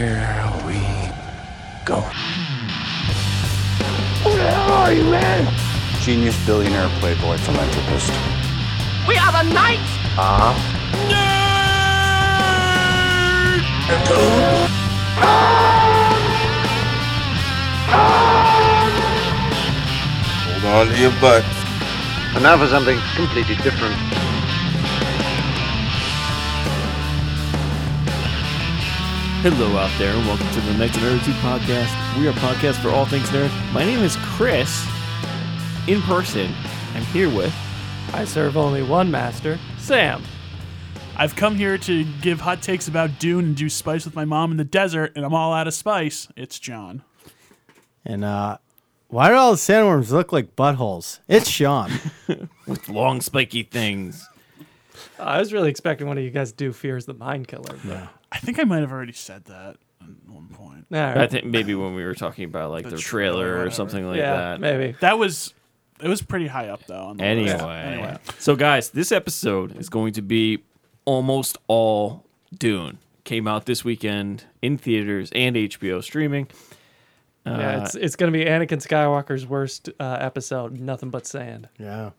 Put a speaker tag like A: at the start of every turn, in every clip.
A: Here we go.
B: Who the hell are you, man?
C: Genius, billionaire, playboy, philanthropist.
B: We are the knights.
A: Ah.
D: Hold on to your butt.
E: And now for something completely different.
F: Hello out there, and welcome to the Next Nerd 2 podcast. We are a podcast for all things nerd. My name is Chris. In person, I'm here with
G: I serve only one master, Sam.
H: I've come here to give hot takes about Dune and do spice with my mom in the desert, and I'm all out of spice. It's John.
I: And uh, why do all the sandworms look like buttholes? It's Sean.
F: with long spiky things.
G: I was really expecting one of you guys to do Fear is the Mind Killer. but-
H: I think I might have already said that at one point.
G: All right.
F: I think maybe when we were talking about like the,
H: trailer,
F: trailer or
H: whatever.
F: something like
G: yeah,
F: that.
G: maybe.
H: That was it was pretty high up though. On the
F: Anyway.
H: list. anyway,
F: So guys, this episode is going to be almost all Dune. Came out this weekend in theaters and HBO streaming.
I: uh,
G: yeah, it's it's gonna be Anakin Skywalker's worst uh, episode. Nothing but sand.
I: yeah.
F: Y-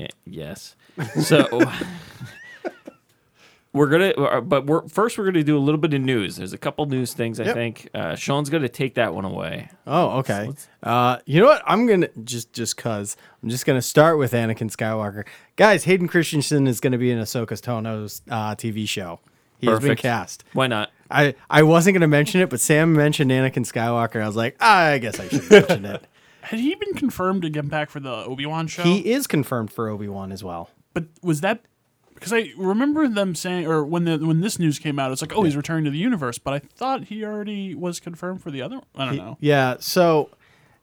F: Eh, Yes. So we're gonna, but we're first we're gonna do a little bit of news. There's a couple news things I
I: Yep.
F: think uh, Sean's gonna take that one away.
I: Oh, okay. Uh, you know what? I'm gonna just just cause I'm just gonna start with Anakin Skywalker. Guys, Hayden Christensen is gonna be in Ahsoka Tano's uh, TV show. He's been
F: Perfect.
I: cast.
F: Why not?
I: I, I wasn't gonna mention it, but Sam mentioned Anakin Skywalker. I was like, "Ah, I guess I should mention it.
H: had he been confirmed to get back for the Obi Wan show?
I: He is confirmed for Obi Wan as well.
H: but was that because I remember them saying, or when the when this news came out, it's like, oh, he's returning to the universe. But I thought he already was confirmed for the other. I don't know.
I: Yeah. So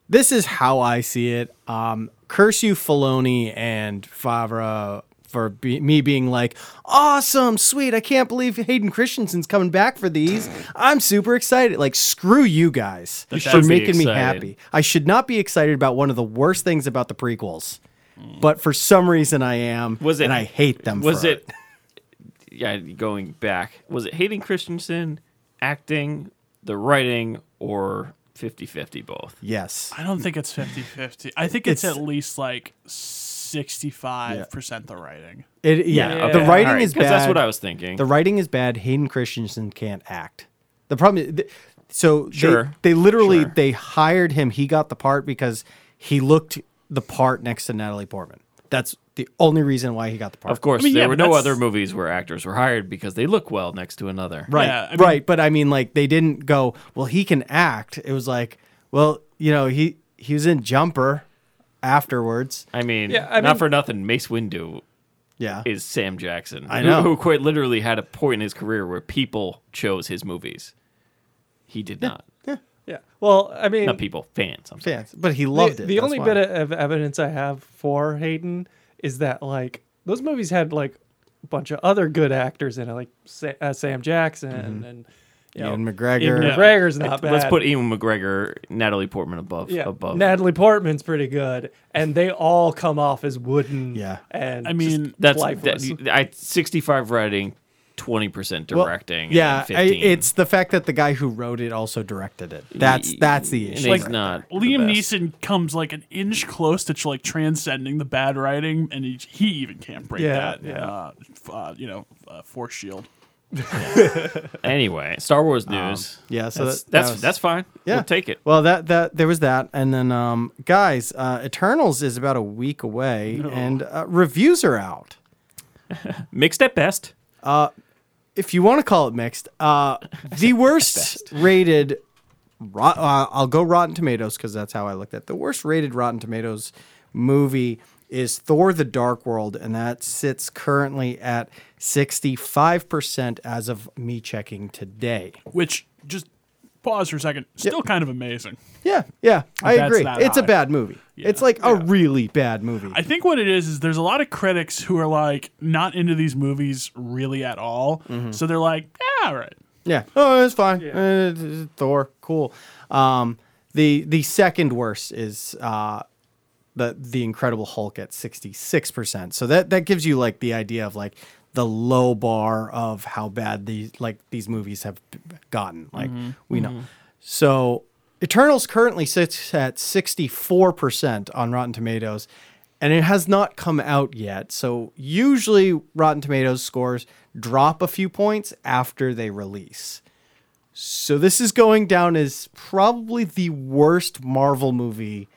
I: this is how I see it. Um, curse you, Filoni and Favre, for be- me being like, awesome, sweet. I can't believe Hayden Christensen's coming back for these. I'm super excited. Like, screw you guys for
F: should be
I: making me
F: excited.
I: happy. I should not be excited about one of the worst things about the prequels. But for some reason, I am.
F: Was it-
I: And I hate them.
F: Was
I: for
F: it? Yeah, going back, was it Hayden Christensen acting, the writing, or 50-50 both?
I: Yes.
H: I don't think it's 50-50. I think it's,
I: It's-
H: at least like sixty five percent the writing.
I: It, yeah.
F: okay.
I: Uh, The writing
F: All right,
I: is
F: 'cause
I: bad.
F: That's what I was thinking.
I: The writing is bad. Hayden Christensen can't act. The problem is, th- so they-
F: Sure.
I: they, literally
F: Sure.
I: they hired him. He got the part because he looked the part next to Natalie Portman. That's the only reason why he got the part.
F: of course,
H: mean,
F: there
H: yeah,
F: were
H: but
F: no
H: that's-
F: other movies where actors were hired because they look well next to another.
I: right,
H: Yeah, I mean-
I: right. But I mean, like they didn't go. Well, he can act. It was like, well, you know, he he was in Jumper afterwards.
F: I mean,
G: Yeah, I
F: not
G: mean-
F: for nothing. Mace Windu
I: Yeah,
F: is Sam Jackson.
I: I
F: who-
I: know.
F: Who quite literally had a point in his career where people chose his movies. He did not.
G: Yeah. Well, I mean,
F: Not people, fans. I'm sorry.
I: fans, but he
G: the,
I: loved it.
G: the
I: That's
G: only
I: why.
G: bit of evidence I have for Hayden is that like those movies had like a bunch of other good actors in it, like Sa- uh, Sam Jackson and you know,
I: Mm-hmm. Ian McGregor.
G: Ewan McGregor's not bad.
F: Let's put Ewan McGregor, Natalie Portman above.
G: yeah,
F: above.
G: Natalie Portman's pretty good, and they all come off as wooden.
I: Yeah.
G: and
H: I
G: just
H: mean,
F: That's
G: lifeless.
F: that- I 65 writing, 20%
I: Well,
F: directing. and
I: yeah, I,
F: 15.
I: it's the fact that the guy who wrote it also directed it. That's
F: Y-
I: that's the
F: and
I: issue.
F: he's
I: right
F: not the
H: Liam
F: best.
H: Neeson comes like an inch close to like transcending the bad writing, and he, he even can't break
G: Yeah,
H: that.
G: yeah.
H: Uh, f- uh, you know, uh, force shield.
F: Anyway, Star Wars news.
I: Um, Yeah, so
F: that's
I: that- that
F: that's,
I: was-
F: that's fine.
I: Yeah,
F: We'll take it.
I: Well, that that there was that, and then um, guys, uh, Eternals is about a week away, and uh, reviews are out.
F: Mixed at best.
I: If you want to call it mixed, uh, the worst rated. Rot- uh, I'll go Rotten Tomatoes because that's how I looked at it. the worst rated Rotten Tomatoes movie is Thor: The Dark World, and that sits currently at sixty five percent as of me checking today.
H: Which just pause for a second. Still kind of amazing.
I: Yeah, yeah, I
H: That's
I: agree.
H: not
I: It's a
H: high.
I: bad movie. It's like a really bad movie.
H: I think what it is is there's a lot of critics who are like not into these movies really at all.
G: Mm-hmm.
H: So they're like, yeah, all right.
I: Yeah. Oh, it's fine. Uh, it's- it's Thor, cool. Um, the the second worst is uh, the the Incredible Hulk at sixty six percent. So that that gives you like the idea of like the low bar of how bad these like these movies have b- gotten. Like we know. So Eternals currently sits at 64% on Rotten Tomatoes and it has not come out yet. So usually Rotten Tomatoes scores drop a few points after they release. So this is going down as probably the worst Marvel movie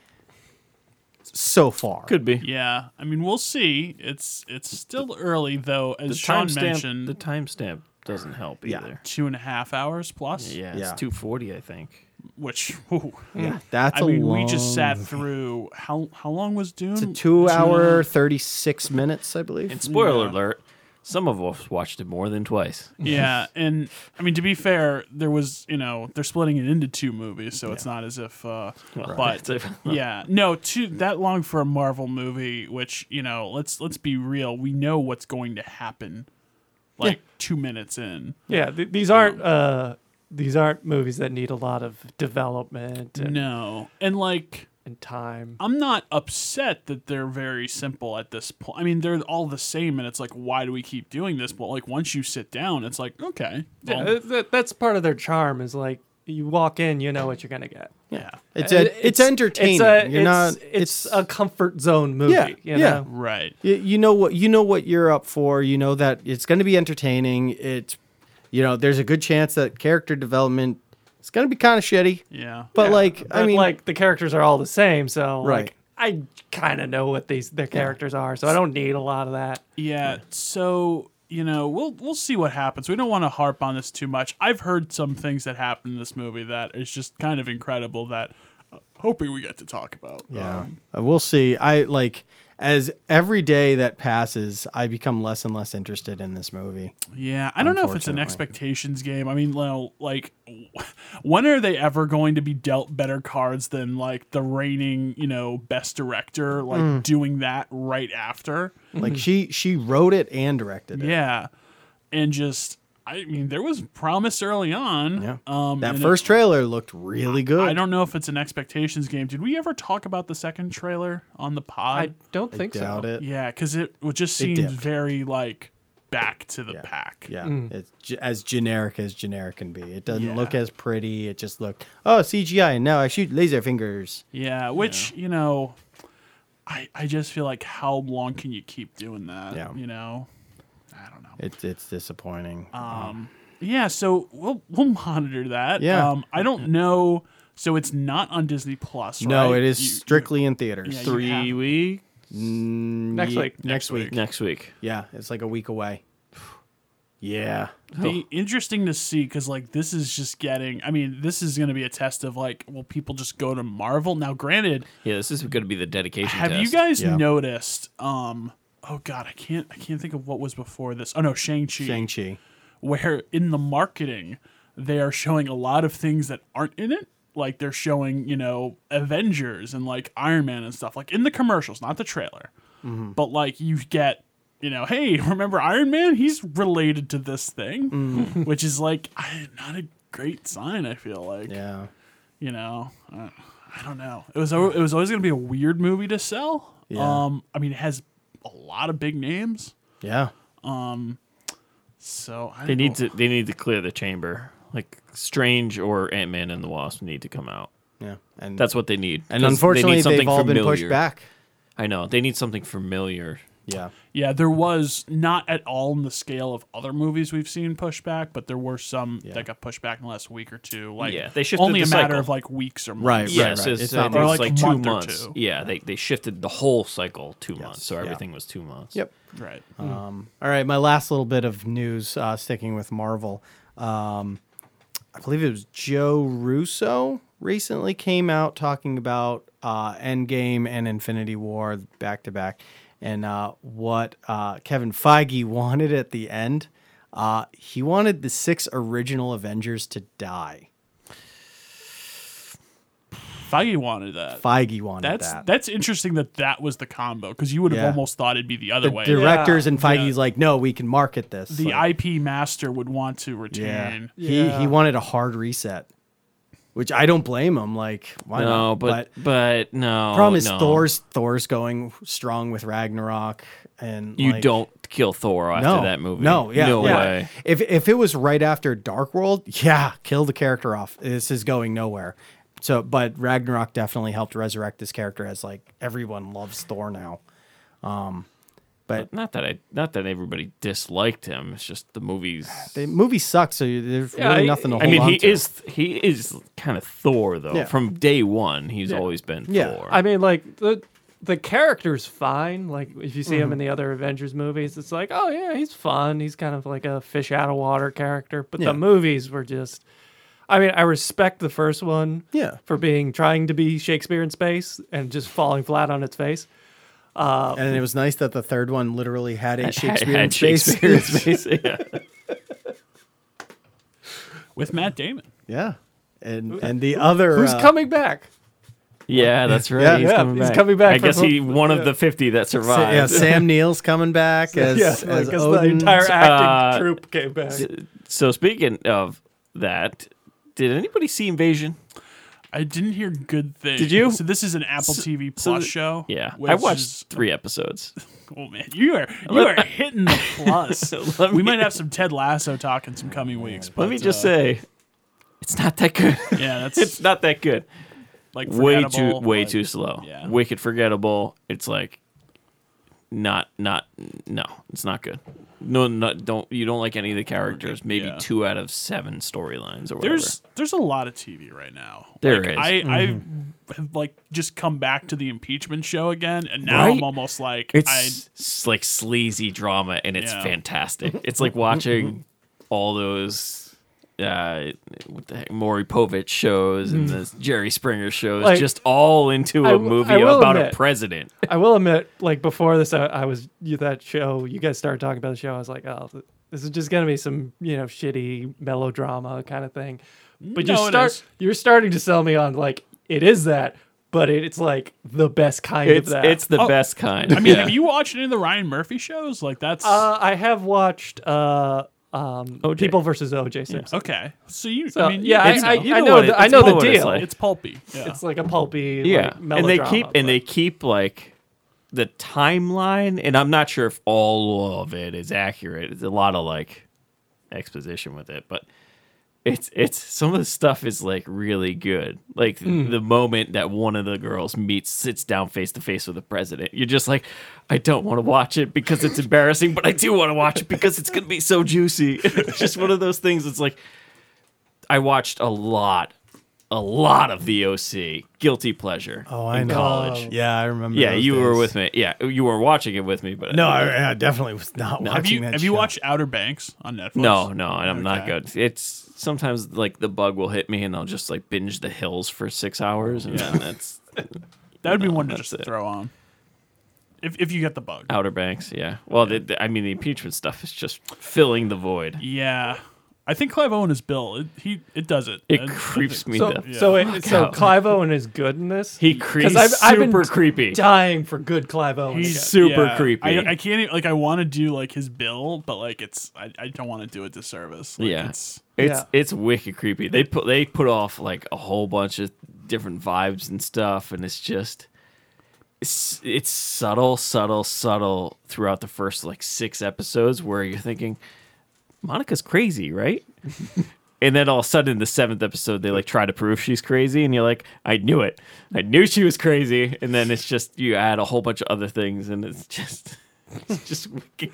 I: so far.
F: Could be.
H: Yeah, I mean, we'll see. It's it's still early though, as
F: The
H: Sean
F: timestamp.
H: mentioned,
F: The timestamp doesn't help
I: Yeah.
F: either.
H: two and a half hours plus.
F: Yeah,
I: Yeah.
F: it's two forty, I think.
H: which ooh,
I: yeah, that's
H: I
I: a
H: mean,
I: long.
H: we just sat through how how long was Dune?
I: It's a two-hour, thirty-six minutes, I believe.
F: And spoiler alert: some of us watched it more than twice.
H: yeah, and I mean to be fair, there was you know they're splitting it into two movies, so it's not as if. Uh, But
F: It's a-
H: yeah, no, two that long for a Marvel movie, which you know, let's let's be real, we know what's going to happen, like two minutes in.
G: Yeah, th- these aren't uh, these aren't movies that need a lot of development and,
H: No, and like.
G: and time.
H: I'm not upset that they're very simple at this point. I mean, they're all the same, and it's like, why do we keep doing this? But like, once you sit down, it's like, okay,
G: Yeah,
H: well,
G: th- th- that's part of their charm. Is like you walk in, you know what you're gonna get.
H: yeah,
I: it's, a, it's entertaining.
G: Uh, It's a,
I: You're
G: it's,
I: not.
G: it's, a comfort zone movie.
I: Yeah,
G: you
I: yeah.
G: know?
H: right.
I: Y- you know what you know what you're up for you know that it's going to be entertaining it's you know there's a good chance that character development is going to be kind of shitty
H: Yeah,
I: but like i
G: But,
I: mean
G: like the characters are all the same, so
I: Right.
G: like I kind of know what these their characters are, so I don't need a lot of that.
H: yeah. So you know, we'll we'll see what happens. We don't want to harp on this too much. I've heard some things that happened in this movie that is just kind of incredible. That uh, hoping we get to talk about.
I: yeah
H: Um,
I: Uh, we'll see i like as every day that passes i become less and less interested in this movie
H: Yeah, I don't know if it's an
I: Unfortunately.
H: expectations game. I mean, well, like, when are they ever going to be dealt better cards than like the reigning, you know, best director? Like
I: Hmm.
H: doing that right after.
I: like she she wrote it and directed it
H: Mm-hmm. Yeah, and just, I mean, there was promise early on.
I: Yeah.
H: um,
I: that
H: and
I: first trailer looked really
H: it-
I: good
H: I don't know if it's an expectations game. Did we ever talk about the second trailer on the
G: I
H: pod?
G: don't think
I: doubt
G: so.
I: it
H: yeah, because it would just seemed
I: It dipped.
H: very like back to the pack.
I: Yeah,
G: Mm.
I: it's g- as generic as generic can be. It doesn't
H: Yeah.
I: look as pretty. It just looked oh CGI, and now I shoot laser fingers.
H: Yeah, which you know, I I just feel like how long can you keep doing that?
I: Yeah.
H: you know, I don't know.
I: It's it's disappointing.
H: Um, Yeah, so we'll we'll monitor that.
I: Yeah.
H: um, I don't know. So it's not on Disney Plus.
I: no,
H: right?
I: it is
H: You-
I: strictly in theaters. Mm,
H: Yeah, you
F: three
H: have-
F: week
G: Next
I: Ye-
G: week.
I: Next week.
F: next week.
I: Yeah, it's like a week away. Yeah.
H: Be interesting to see because like this is just getting. I mean, this is going to be a test of like, will people just go to Marvel now? Granted,
F: Yeah, this is going to be the dedication.
H: have you
F: test.
H: guys
I: Yeah.
H: noticed? Um, oh God, I can't I can't think of what was before this. Oh no, Shang Chi.
I: Shang Chi.
H: where in the marketing they are showing a lot of things that aren't in it like they're showing you know avengers and like iron man and stuff like in the commercials not the trailer
F: Mm-hmm.
H: but like you get you know hey remember iron man he's related to this thing
F: Mm-hmm.
H: which is like I- not a great sign i feel like
I: Yeah.
H: you know I, I don't know it was al- it was always going to be a weird movie to sell
I: Yeah.
H: um i mean it has a lot of big names
I: Yeah.
H: so I
F: They
H: don't
F: need
H: know.
F: to. They need to clear the chamber. Like Strange or Ant Man and the Wasp need to come out.
I: Yeah. And
F: That's what they need.
I: and
F: 'Cause
I: unfortunately they have all
F: familiar.
I: been pushed back.
F: I know they need something familiar.
I: Yeah.
H: Yeah, there was not at all in the scale of other movies we've seen pushed back, but there were some
I: Yeah.
H: that got pushed back in the last week or two. Like
F: Yeah, they shifted
H: only
F: the
H: a matter
F: cycle.
H: of like weeks or months.
I: Right,
F: Yes,
I: right.
F: it's,
I: It's
F: not
I: not
F: it's
H: like
F: like,
H: a
F: two
H: month or
F: months.
H: two.
F: Yeah, they, they shifted the whole cycle two months, so
I: yeah.
F: everything was two months.
I: Yep.
H: Right.
I: Uh,
H: Mm.
I: All right, my last little bit of news, uh, sticking with Marvel. Um, I believe it was Joe Russo recently came out talking about uh, Endgame and Infinity War back to back, and uh, what uh, Kevin Feige wanted at the end. Uh, he wanted the six original Avengers to die.
H: Feige wanted that.
I: Feige wanted
H: that's
I: that.
H: that's interesting that that was was the combo because you would have
I: Yeah.
H: almost thought it'd be the other
I: the
H: way.
I: directors and Feige's like, no, we can market this.
H: the
I: Like,
H: IP master would want to retain.
I: yeah.
G: Yeah.
I: He he wanted a hard reset. which I don't blame him. Like, why
F: No,
I: not?
F: but but no.
I: problem is
F: no.
I: Thor's Thor's going strong with Ragnarok, and
F: You
I: like,
F: don't kill Thor after
I: no,
F: that movie.
I: No, yeah,
F: no
I: yeah.
F: way.
I: If if it was right after Dark World, yeah, kill the character off. This is going nowhere. So, but Ragnarok definitely helped resurrect this character as like everyone loves Thor now. Um, but
F: Not that I, not that everybody disliked him. It's just the movies.
I: the movie sucks, so there's really nothing to hold
F: I mean,
I: on
F: he
I: to.
F: is he is kind of Thor though.
I: Yeah.
F: From day one, he's always been
I: Yeah.
F: Thor.
G: I mean, like the the character's fine. Like if you see him in
I: Mm-hmm.
G: the other Avengers movies, it's like, oh yeah, he's fun. He's kind of like a fish out of water character. But
I: Yeah.
G: the movies were just. I mean, I respect the first one.
I: Yeah.
G: For being trying to be Shakespeare in space and just falling flat on its face.
I: and it was nice that the third one literally had a
F: Had-
I: Shakespeare in
F: had
I: space.
F: Shakespeare in space, yeah.
H: with Matt Damon.
I: yeah, and and the other
G: Who's
I: uh,
G: coming back?
F: Yeah, that's right.
I: Yeah.
F: he's,
G: Yeah,
F: coming
G: he's
F: back.
G: coming back
F: I guess
G: from-
F: he one of the fifty that
I: Sa-
F: survived.
I: yeah, Sam Neill's coming back as,
G: yeah,
I: as
G: like, 'cause the
I: Odin.
G: entire acting
F: Uh,
G: troupe came back.
F: So speaking of that, did anybody see Invasion?
H: I didn't hear good things.
F: Did you?
H: So this is an Apple TV Plus
F: so the-
H: show.
F: Yeah,
H: which
F: I watched
H: is-
F: three episodes.
H: oh man, you are you are hitting the plus.
F: Let
H: we
F: me-
H: might have some Ted Lasso talk in some coming weeks. But,
F: Let me just
H: uh,
F: say, it's not that good.
H: yeah, that's
F: it's not that good.
H: like
F: Way too
H: forgettable,
F: way
H: but-
F: too slow.
H: yeah.
F: Wicked forgettable. It's like not not no, it's not good. No, no, don't you don't like any of the characters. Maybe
H: Yeah.
F: two out of seven storylines or whatever.
H: There's there's a lot of TV right now.
F: There
H: Like,
F: is. Mm-hmm.
H: I I have like just come back to the impeachment show again, and now
F: Right?
H: I'm almost like
F: It's
H: I
F: s- like sleazy drama, and it's
H: Yeah.
F: fantastic. It's like watching all those uh, what the heck, Maury Povich shows and the Jerry Springer shows,
G: Mm. Like,
F: just all into
G: I
F: a
G: w-
F: movie
G: I will
F: about
G: admit-
F: a president.
G: I will admit, like before this, I, I was you that show. You guys started talking about the show. I was like, oh, th- this is just gonna be some you know shitty melodrama kind of thing. But
H: No,
G: you
H: it
G: start
H: is.
G: you're starting to sell me on like it is that, but it, it's like the best kind
F: It's
G: of that.
F: it's the
H: Oh,
F: best kind.
H: I mean,
F: Yeah.
H: have you watched any of the Ryan Murphy shows? Like that's
G: uh, I have watched uh um
F: OJ.
G: People versus OJ Simpson.
H: okay. So you,
G: So
H: I mean,
G: yeah,
H: it's,
G: I, I,
F: you
G: I
F: know
G: know
F: what it-
G: the, I
F: it's
G: know
F: more
G: the
F: what it's
G: deal.
F: like.
G: It's,
H: it's pulpy. Yeah.
G: like a pulpy
F: yeah,
G: like,
F: and they
G: melodrama,
F: keep and
G: but-
F: they keep like the timeline, and I'm not sure if all of it is accurate. It's a lot of like exposition with it, but it's it's some of the stuff is like really good. Like
I: Hmm.
F: the moment that one of the girls meets sits down face to face with the president, you're just like, I don't want to watch it because it's embarrassing, but I do want to watch it because it's gonna be so juicy. it's just one of those things. It's like I watched a lot, a lot of the OC, guilty pleasure.
I: Oh, I
F: in
I: know.
F: college.
I: Yeah, I remember.
F: Yeah,
I: those
F: you were
I: days.
F: with me. Yeah, you were watching it with me, but
I: No, I, I definitely was not watching
H: have you
I: that
H: have you
I: show.
H: watched Outer Banks on Netflix?
F: No, no, and I'm not
H: Okay.
F: good. It's sometimes like the bug will hit me, and I'll just like binge the hills for six hours, and then that's
H: That would be one to
F: that's
H: just
F: it.
H: throw on. If if you get the bug.
F: Outer Banks. Yeah. Well, the, the- I mean, the impeachment stuff is just filling the void.
H: Yeah. I think Clive Owen is Bill. It, he it does it.
F: It
H: I- I
F: creeps
H: think-
F: me.
G: So,
F: the-
G: so, it, so
F: out.
G: Clive Owen is good in this.
F: He creeps.
G: I've- I've been
F: super creepy.
G: dying for good Clive Owen.
H: He's
G: again.
F: super
H: yeah.
F: creepy.
H: I, I can't even, like I want to do like his bill, but like it's I, I don't want to do a disservice. Like,
F: Yeah.
H: it's,
F: It's
G: Yeah.
F: it's wicked creepy. They put they put off like a whole bunch of different vibes and stuff, and it's just it's, it's subtle, subtle, subtle throughout the first like six episodes where you're thinking Monica's crazy, right? and then all of a sudden, in the seventh episode, they like try to prove she's crazy, and you're like, I knew it, I knew she was crazy. And then it's just you add a whole bunch of other things, and it's just just wicked.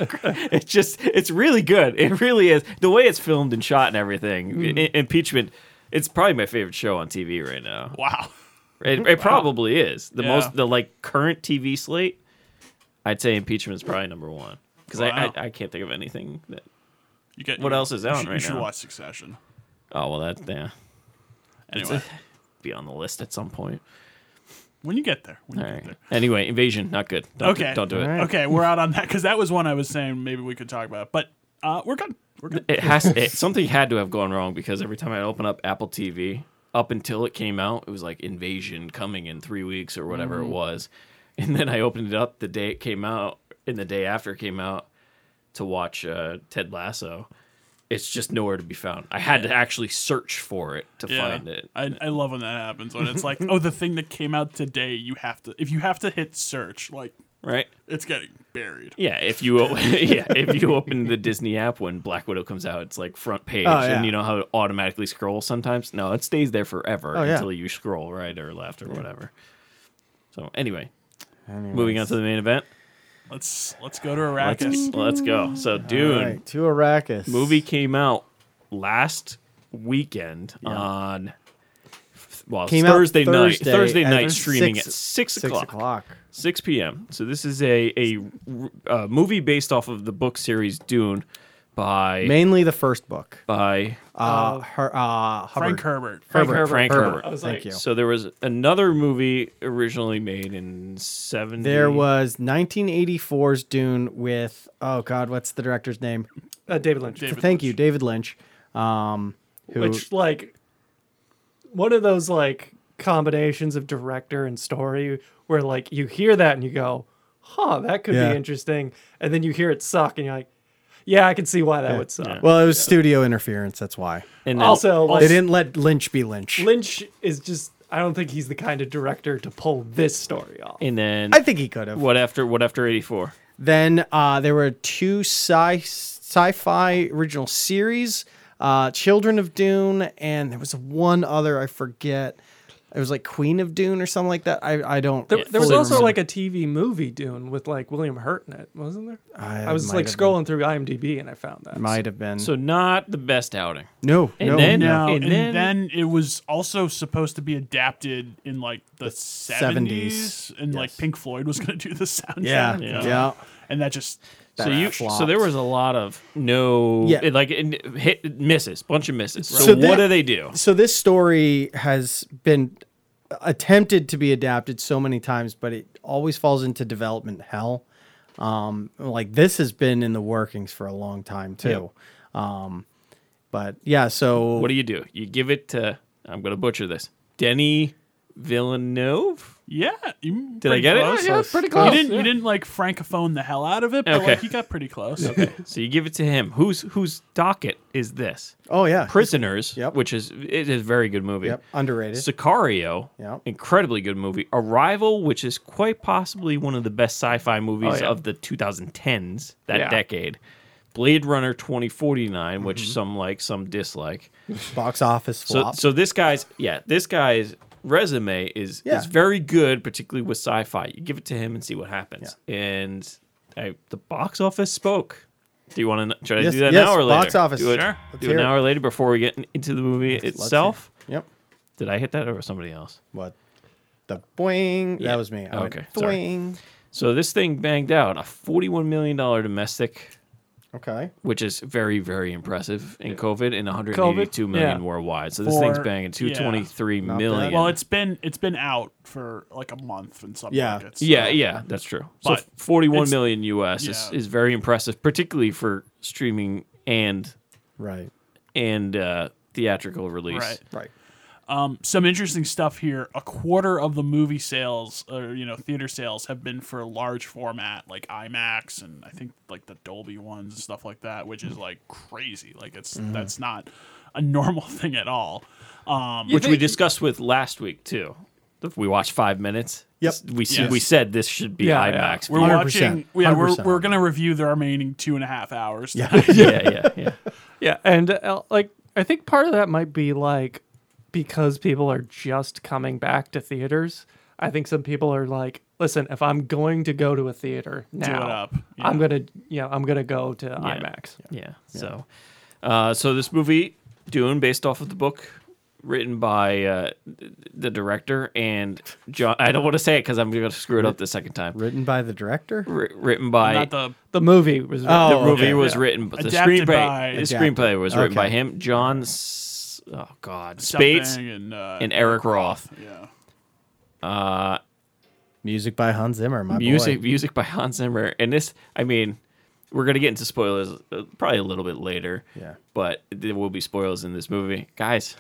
F: it's just it's really good it really is the way it's filmed and shot and everything
H: Mm-hmm.
F: I- impeachment it's probably my favorite show on tv right now
H: wow.
F: it, it probably is the
H: Yeah.
F: most the like current tv slate i'd say impeachment is probably number one because
H: Wow.
F: I, I i can't think of anything that
H: You get
F: What
H: you-
F: else is
H: you
F: out
H: should-
F: right
H: You should
F: now?
H: watch Succession.
F: oh well that's yeah
H: Anyway,
F: be on the list at some point
H: when you get there. When
F: all
H: you get
F: right
H: there.
F: anyway invasion not good don't do-
H: Okay.
F: don't do it
H: Okay, we're out on that because that was one I was saying maybe we could talk about, but uh, we're good. We're good.
F: it has it, something had to have gone wrong because every time I open up Apple TV, up until it came out, it was like Invasion coming in three weeks or whatever it was, and then I opened it up the day it came out and the day after it came out to watch uh, Ted Lasso, It's just nowhere to be found. I had to actually search for it to
H: Yeah.
F: find it.
H: I, I love when that happens. When it's like, oh, the thing that came out today, you have to, if you have to hit search, like,
F: Right?
H: it's getting buried.
F: Yeah, if you o- yeah if you open the Disney app when Black Widow comes out, it's like front page,
I: Oh, yeah.
F: and you know how it automatically scrolls sometimes. No, it stays there forever
I: Oh, yeah.
F: until you scroll right or left or whatever. So anyway, moving on to the main event.
H: Let's let's go to
F: Let's,
H: Arrakis.
F: let's go. So Dune
I: All right, to Arrakis.
F: movie came out last weekend on well
I: Came out
F: Thursday,
I: Thursday
F: night Thursday
I: at
F: night
I: six-
F: streaming at six,
I: Six o'clock.
F: 6 p.m. So this is a a uh, movie based off of the book series Dune by
I: Mainly the first book.
F: by
I: Uh, her, uh, Hubbard.
H: Frank Herbert.
F: Frank Herbert. Frank Herbert.
I: Herbert. Oh,
G: was
I: Thank
G: like-
I: you.
F: So there was another movie originally made in 70
I: There was 1984's Dune with oh god, what's the director's name?
G: Uh, David Lynch.
H: David Lynch.
I: Thank you, David Lynch. Um, who
G: Which like one of those like combinations of director and story where like you hear that and you go, "Huh, that could
I: Yeah.
G: be interesting," and then you hear it suck and you're like, "Yeah, I can see why that would suck."
I: well, it was studio interference. That's why
F: and then-
G: also, like
I: they didn't let Lynch be Lynch.
G: Lynch is just. I don't think he's the kind of director to pull this story off.
F: and then
I: I think he could have.
F: what after what after 84?
I: Then uh, there were two sci sci-fi original series, uh, Children of Dune, and there was one other I forget. It was like Queen of Dune or something like that. I, I don't.
G: There, there was
I: fully
G: also
I: remember.
G: like a TV movie Dune with like William Hurt in it, wasn't there?
I: I-
G: I, was
I: might
G: like
I: have been.
G: scrolling through IMDb and I found that.
I: might have been
F: So not the best outing.
I: no
F: And
I: no
F: then-
I: no.
H: No,
F: And
H: and,
F: then-
H: then, it was also supposed to be adapted in like the seventies,
I: 70s,
H: and like
I: yes.
H: Pink Floyd was going to do the soundtrack.
I: Yeah,
H: Yeah.
I: yeah.
H: and that just
I: That
F: So you
I: flopped.
F: so there was a lot of no
I: Yeah.
F: it, like it, hit misses, bunch of misses. So,
I: So
F: what
I: that-
F: do they do?
I: So this story has been attempted to be adapted so many times, but it always falls into development hell. Um, like this has been in the workings for a long time too. Um, but yeah, so
F: What do you do? You give it to I'm going to butcher this. Denny Villeneuve?
H: yeah. You
F: Did I get it?
H: close.
F: Yeah,
G: pretty
H: You
G: close.
H: didn't you didn't like francophone the hell out of it, but
F: Okay.
H: like you got pretty close.
F: So you give it to him. Whose whose docket is this?
I: oh yeah,
F: Prisoners,
I: Yep.
F: which is it is a very good movie.
I: Yep, underrated.
F: Sicario,
I: Yep.
F: incredibly good movie. Arrival, which is quite possibly one of the best sci-fi movies
G: Oh, yeah.
F: of the 2010s, that
G: Yeah.
F: decade. Blade Runner 2049, which
I: Mm-hmm.
F: some like, some dislike.
I: box office
F: So
I: flop.
F: so this guy's yeah, this guy's resume is
I: Yeah.
F: is very good, particularly with sci-fi. You give it to him and see what happens. And I, the box office spoke. Do you want to try to
I: Yes-
F: do that
I: yes,
F: now or later?
I: box office.
F: Do it,
I: Sure. Let's
F: do it
I: hear it.
F: now or later before we get in- into the movie
I: Let's
F: itself.
I: see. Yep.
F: Did I hit that or somebody else?
I: What? The boing.
F: Yeah.
I: That was me. I went
F: Okay, sorry.
I: Boing.
F: So this thing banged out a forty-one million dollar domestic,
I: Okay.
F: which is very very impressive in COVID, and one hundred eighty-two million
G: yeah.
F: worldwide. So this thing's
H: For-
F: banging two
H: yeah.
F: twenty-three million.
I: Not bad.
H: Well, it's been it's been out for like a month in some
I: Yeah.
H: markets.
F: Yeah, yeah, that's true. So
H: But
F: forty-one
H: it's-
F: million US is,
H: yeah.
F: is very impressive, particularly for streaming and
I: Right.
F: and uh, theatrical release.
H: Right.
I: Right.
H: some interesting stuff here. A quarter of the movie sales, or you know, theater sales, have been for large format like IMAX and I think like the Dolby ones and stuff like that, which is like crazy. Like it's that's not a normal thing at all. Um,
F: Which we discussed with last week too. We watched five minutes.
I: Yep.
F: We s-
H: Yes.
F: we said this should be
G: Yeah, yeah.
F: IMAX.
H: we're
F: Yeah.
I: 100%,
H: watching. Yeah, we're
I: 100%.
H: we're gonna review the remaining two and a half hours. Yeah.
F: yeah, yeah, yeah.
G: Yeah, and uh, like I think part of that might be like because people are just coming back to theaters. I think some people are like, listen, if I'm going to go to a theater now,
H: up,
G: I'm
H: yeah.
G: gonna, yeah, I'm gonna go to IMAX.
F: Yeah. So, uh, so this movie, Dune, based off of the book written by uh, th- the director and John. I don't want to say it because I'm going to screw it up the second time.
I: Written by the director.
F: Wri- written by
H: Not the
G: The movie was
I: Oh,
F: the movie
I: okay.
F: was
G: Yeah.
F: written the
H: Adapted
F: screenplay
H: by-
F: the
I: Adapted.
F: screenplay was written by
I: Okay.
F: him John S- oh god Spates
H: something and, uh,
F: and Eric Roth
H: Yeah.
I: Music by Hans Zimmer. My
F: music
I: boy.
F: music by Hans Zimmer and this I mean we're gonna get into spoilers uh, probably a little bit later
I: Yeah.
F: but there will be spoilers in this movie guys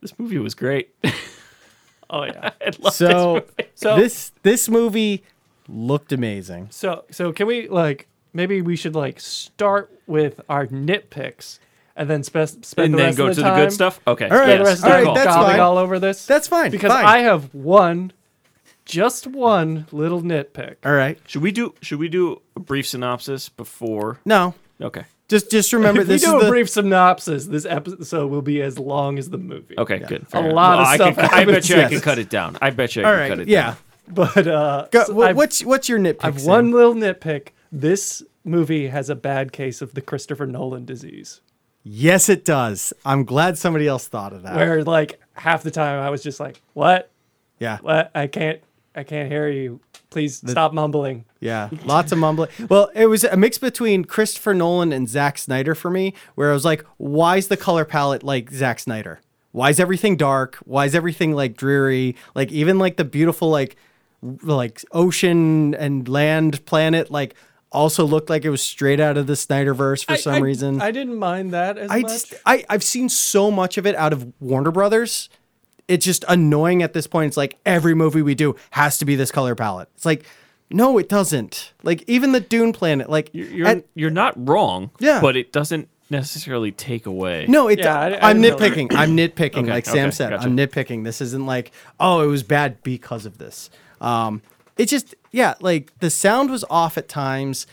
F: this movie was great
G: oh yeah.
F: I love
I: so
F: this movie.
G: So-
I: this this movie looked amazing.
G: So so can we like maybe we should like start with our nitpicks and then spe- spend
F: and
G: the
F: then
G: rest
F: go
G: of
F: to
G: the
F: the
G: time,
F: good stuff. Okay.
I: All right,
G: spend
F: yes,
G: the rest of
I: all
G: the
I: right,
G: time
I: that's
G: gobbling
I: fine.
G: all over this.
I: That's fine,
G: because
I: fine.
G: I have one, just one little nitpick.
I: All right.
F: Should we do? Should we do a brief synopsis before?
I: No.
F: Okay.
I: Just just remember
G: If we
I: this is
G: do a
I: the
G: brief synopsis, this episode will be as long as the movie.
F: Okay. Good.
G: A lot of
F: I
G: stuff
F: Could, I bet
G: happens,
F: you I
I: yes.
F: could cut it down. I bet you I
I: All
F: could
I: right.
F: cut it
I: yeah.
F: down.
G: But uh,
I: Go,
G: so
I: wha-
G: I've,
I: what's what's your nitpick?
G: I've
I: Sam?
G: one little nitpick. This movie has a bad case of the Christopher Nolan disease,
I: Yes, it does. I'm glad somebody else thought of that.
G: where like half the time I was just like, "What?
I: yeah.
G: What? I can't. I can't hear you. Please stop mumbling."
I: Yeah, lots of mumbling. Well, it was a mix between Christopher Nolan and Zack Snyder for me, where I was like, why is the color palette like Zack Snyder? Why is everything dark? Why is everything like dreary? Like even like the beautiful like w- like ocean and land planet like also looked like it was straight out of the Snyderverse for
G: I-
I: some
G: I-
I: reason.
G: I didn't mind that as
I: I
G: much.
I: just I I've seen so much of it out of Warner Brothers. It's just annoying at this point. It's like every movie we do has to be this color palette. It's like no, it doesn't. Like even the Dune planet. Like
F: You're you're,
I: at-
F: you're not wrong.
I: Yeah.
F: But it doesn't necessarily take away.
I: no, it.
G: Yeah, I- I
I: I, am
G: didn't really-
I: nitpicking. I'm nitpicking.
F: Okay,
I: like Sam
F: okay,
I: said,
F: gotcha.
I: I'm nitpicking. This isn't like oh, it was bad because of this. Um, it just yeah, like the sound was off at times.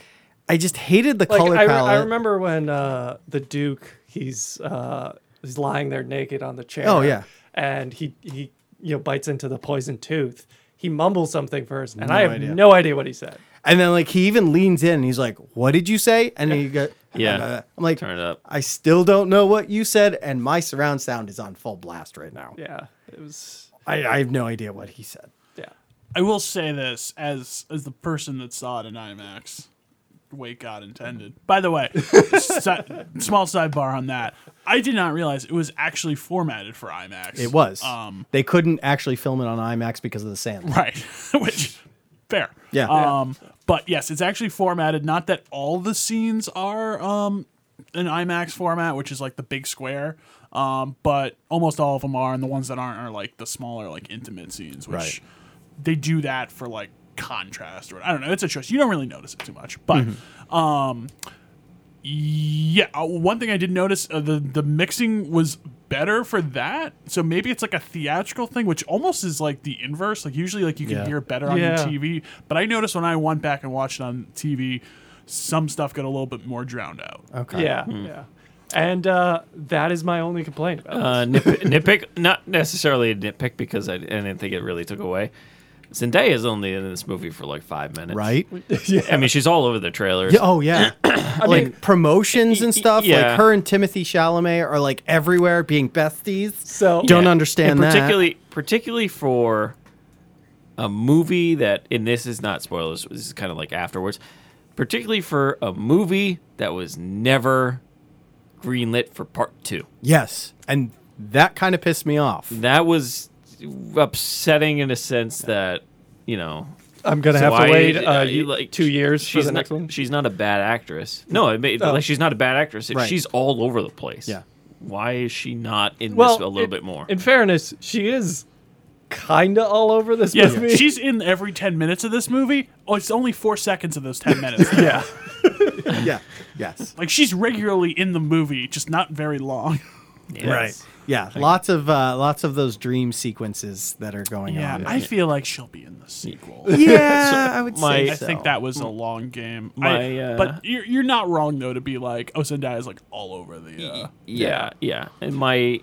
I: I just hated the
G: like
I: color
G: I, re-
I: palette.
G: I remember when uh, the Duke he's uh, he's lying there naked on the chair.
I: Oh, yeah.
G: and he he you know bites into the poison tooth. He mumbles something first, and I have
I: idea.
G: no idea what he said.
I: And then like he even leans in and he's like, "What did you say?" And then you go, "Uh,
F: Yeah.
I: I'm like,
F: Turn it up.
I: I still don't know what you said, and my surround sound is on full blast right now.
G: Yeah, it was
I: I, I have no idea what he said.
G: yeah.
H: I will say this as as the person that saw it in IMAX. Wait, God intended. By the way, si- small sidebar on that. I did not realize it was actually formatted for IMAX.
I: It was.
H: Um,
I: they couldn't actually film it on IMAX because of the sand.
H: right, which fair.
I: Yeah.
H: Um, but yes, it's actually formatted. Not that all the scenes are um in IMAX format, which is like the big square. Um, but almost all of them are, and the ones that aren't are like the smaller, like intimate scenes, which
I: Right.
H: they do that for like contrast or I don't know. It's a choice. You don't really notice it too much, but
I: Mm-hmm.
H: um, yeah. uh, One thing I did notice uh, the the mixing was better for that. So maybe it's like a theatrical thing, which almost is like the inverse. Like usually, like you can
I: Yeah.
H: hear it better on
G: Yeah.
H: your TV. But I noticed when I went back and watched it on TV, some stuff got a little bit more drowned out.
I: Okay.
G: Yeah, yeah. And uh, that is my only complaint about it.
F: Uh, nitpick, nitpick, not necessarily a nitpick because I, I didn't think it really took away. Zendaya is only in this movie for like five minutes,
I: Right?
F: I mean, she's all over the trailers.
I: Yeah, oh yeah. like promotions and stuff.
F: yeah.
I: Like her and Timothy Chalamet are like everywhere being besties.
G: So
I: Don't
F: Yeah.
I: understand
F: And
I: that.
F: particularly particularly for a movie that and this is not spoilers this is kind of like afterwards particularly for a movie that was never greenlit for part two
I: Yes. And that kind of pissed me off.
F: that was upsetting in a sense that you know
G: I'm gonna have
F: why-
G: to wait
F: uh,
G: uh,
F: you,
G: like two years
F: she's
G: for the
F: not,
G: next one.
F: she's not a bad actress no I mean,
G: Oh.
F: like she's not a bad actress
I: Right.
F: she's all over the place
I: Yeah.
F: why is she not in
G: well,
F: this a little
G: in-
F: bit more
G: In fairness, she is kinda all over this
H: Yeah,
G: movie.
H: she's in every ten minutes of this movie. Oh, it's only four seconds of those ten minutes.
G: yeah.
I: yeah. Yes.
H: Like she's regularly in the movie, just not very long.
F: right
I: Yeah, lots of uh, lots of those dream sequences that are going
H: Yeah,
I: on.
H: I feel like she'll be in the sequel.
I: yeah, I would
F: my-
I: say
H: I think
I: so.
H: that was a long game.
F: My,
H: I,
F: uh,
H: but you're, you're not wrong though to be like, oh, Zendaya's like all over the. Uh,
F: yeah yeah and my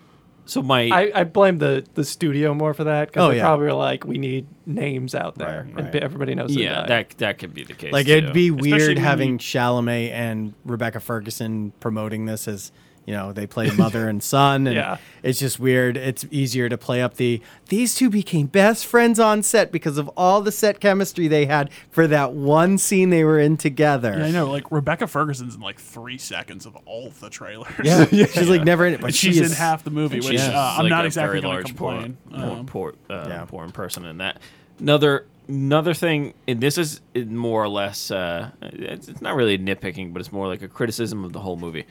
F: so my
G: I, I blame the, the studio more for that because
I: Oh,
G: they
I: yeah.
G: probably were like, we need names out there, and b- everybody knows. who
F: yeah
G: died.
F: that that could be the case
I: Like it'd
F: too.
I: be
H: Especially
I: weird
H: when
I: having
H: you-
I: Chalamet and Rebecca Ferguson promoting this as you know they play mother and son, and
G: Yeah.
I: it's just weird. It's easier to play up the these two became best friends on set because of all the set chemistry they had for that one scene they were in together.
H: yeah, I know. Like Rebecca Ferguson's in like three seconds of all of the trailers.
I: Yeah, she's like never in it, but
H: And
I: she
H: she's
I: is-
H: in half the movie, which
F: She's
H: uh, I'm
F: like
H: not
F: a very
H: exactly going to
F: large
H: complain.
F: Poor,
H: Um,
F: poor, poor, uh,
I: Yeah.
F: poor person in that. Another another thing, and this is more or less, uh, it's, it's not really nitpicking, but it's more like a criticism of the whole movie.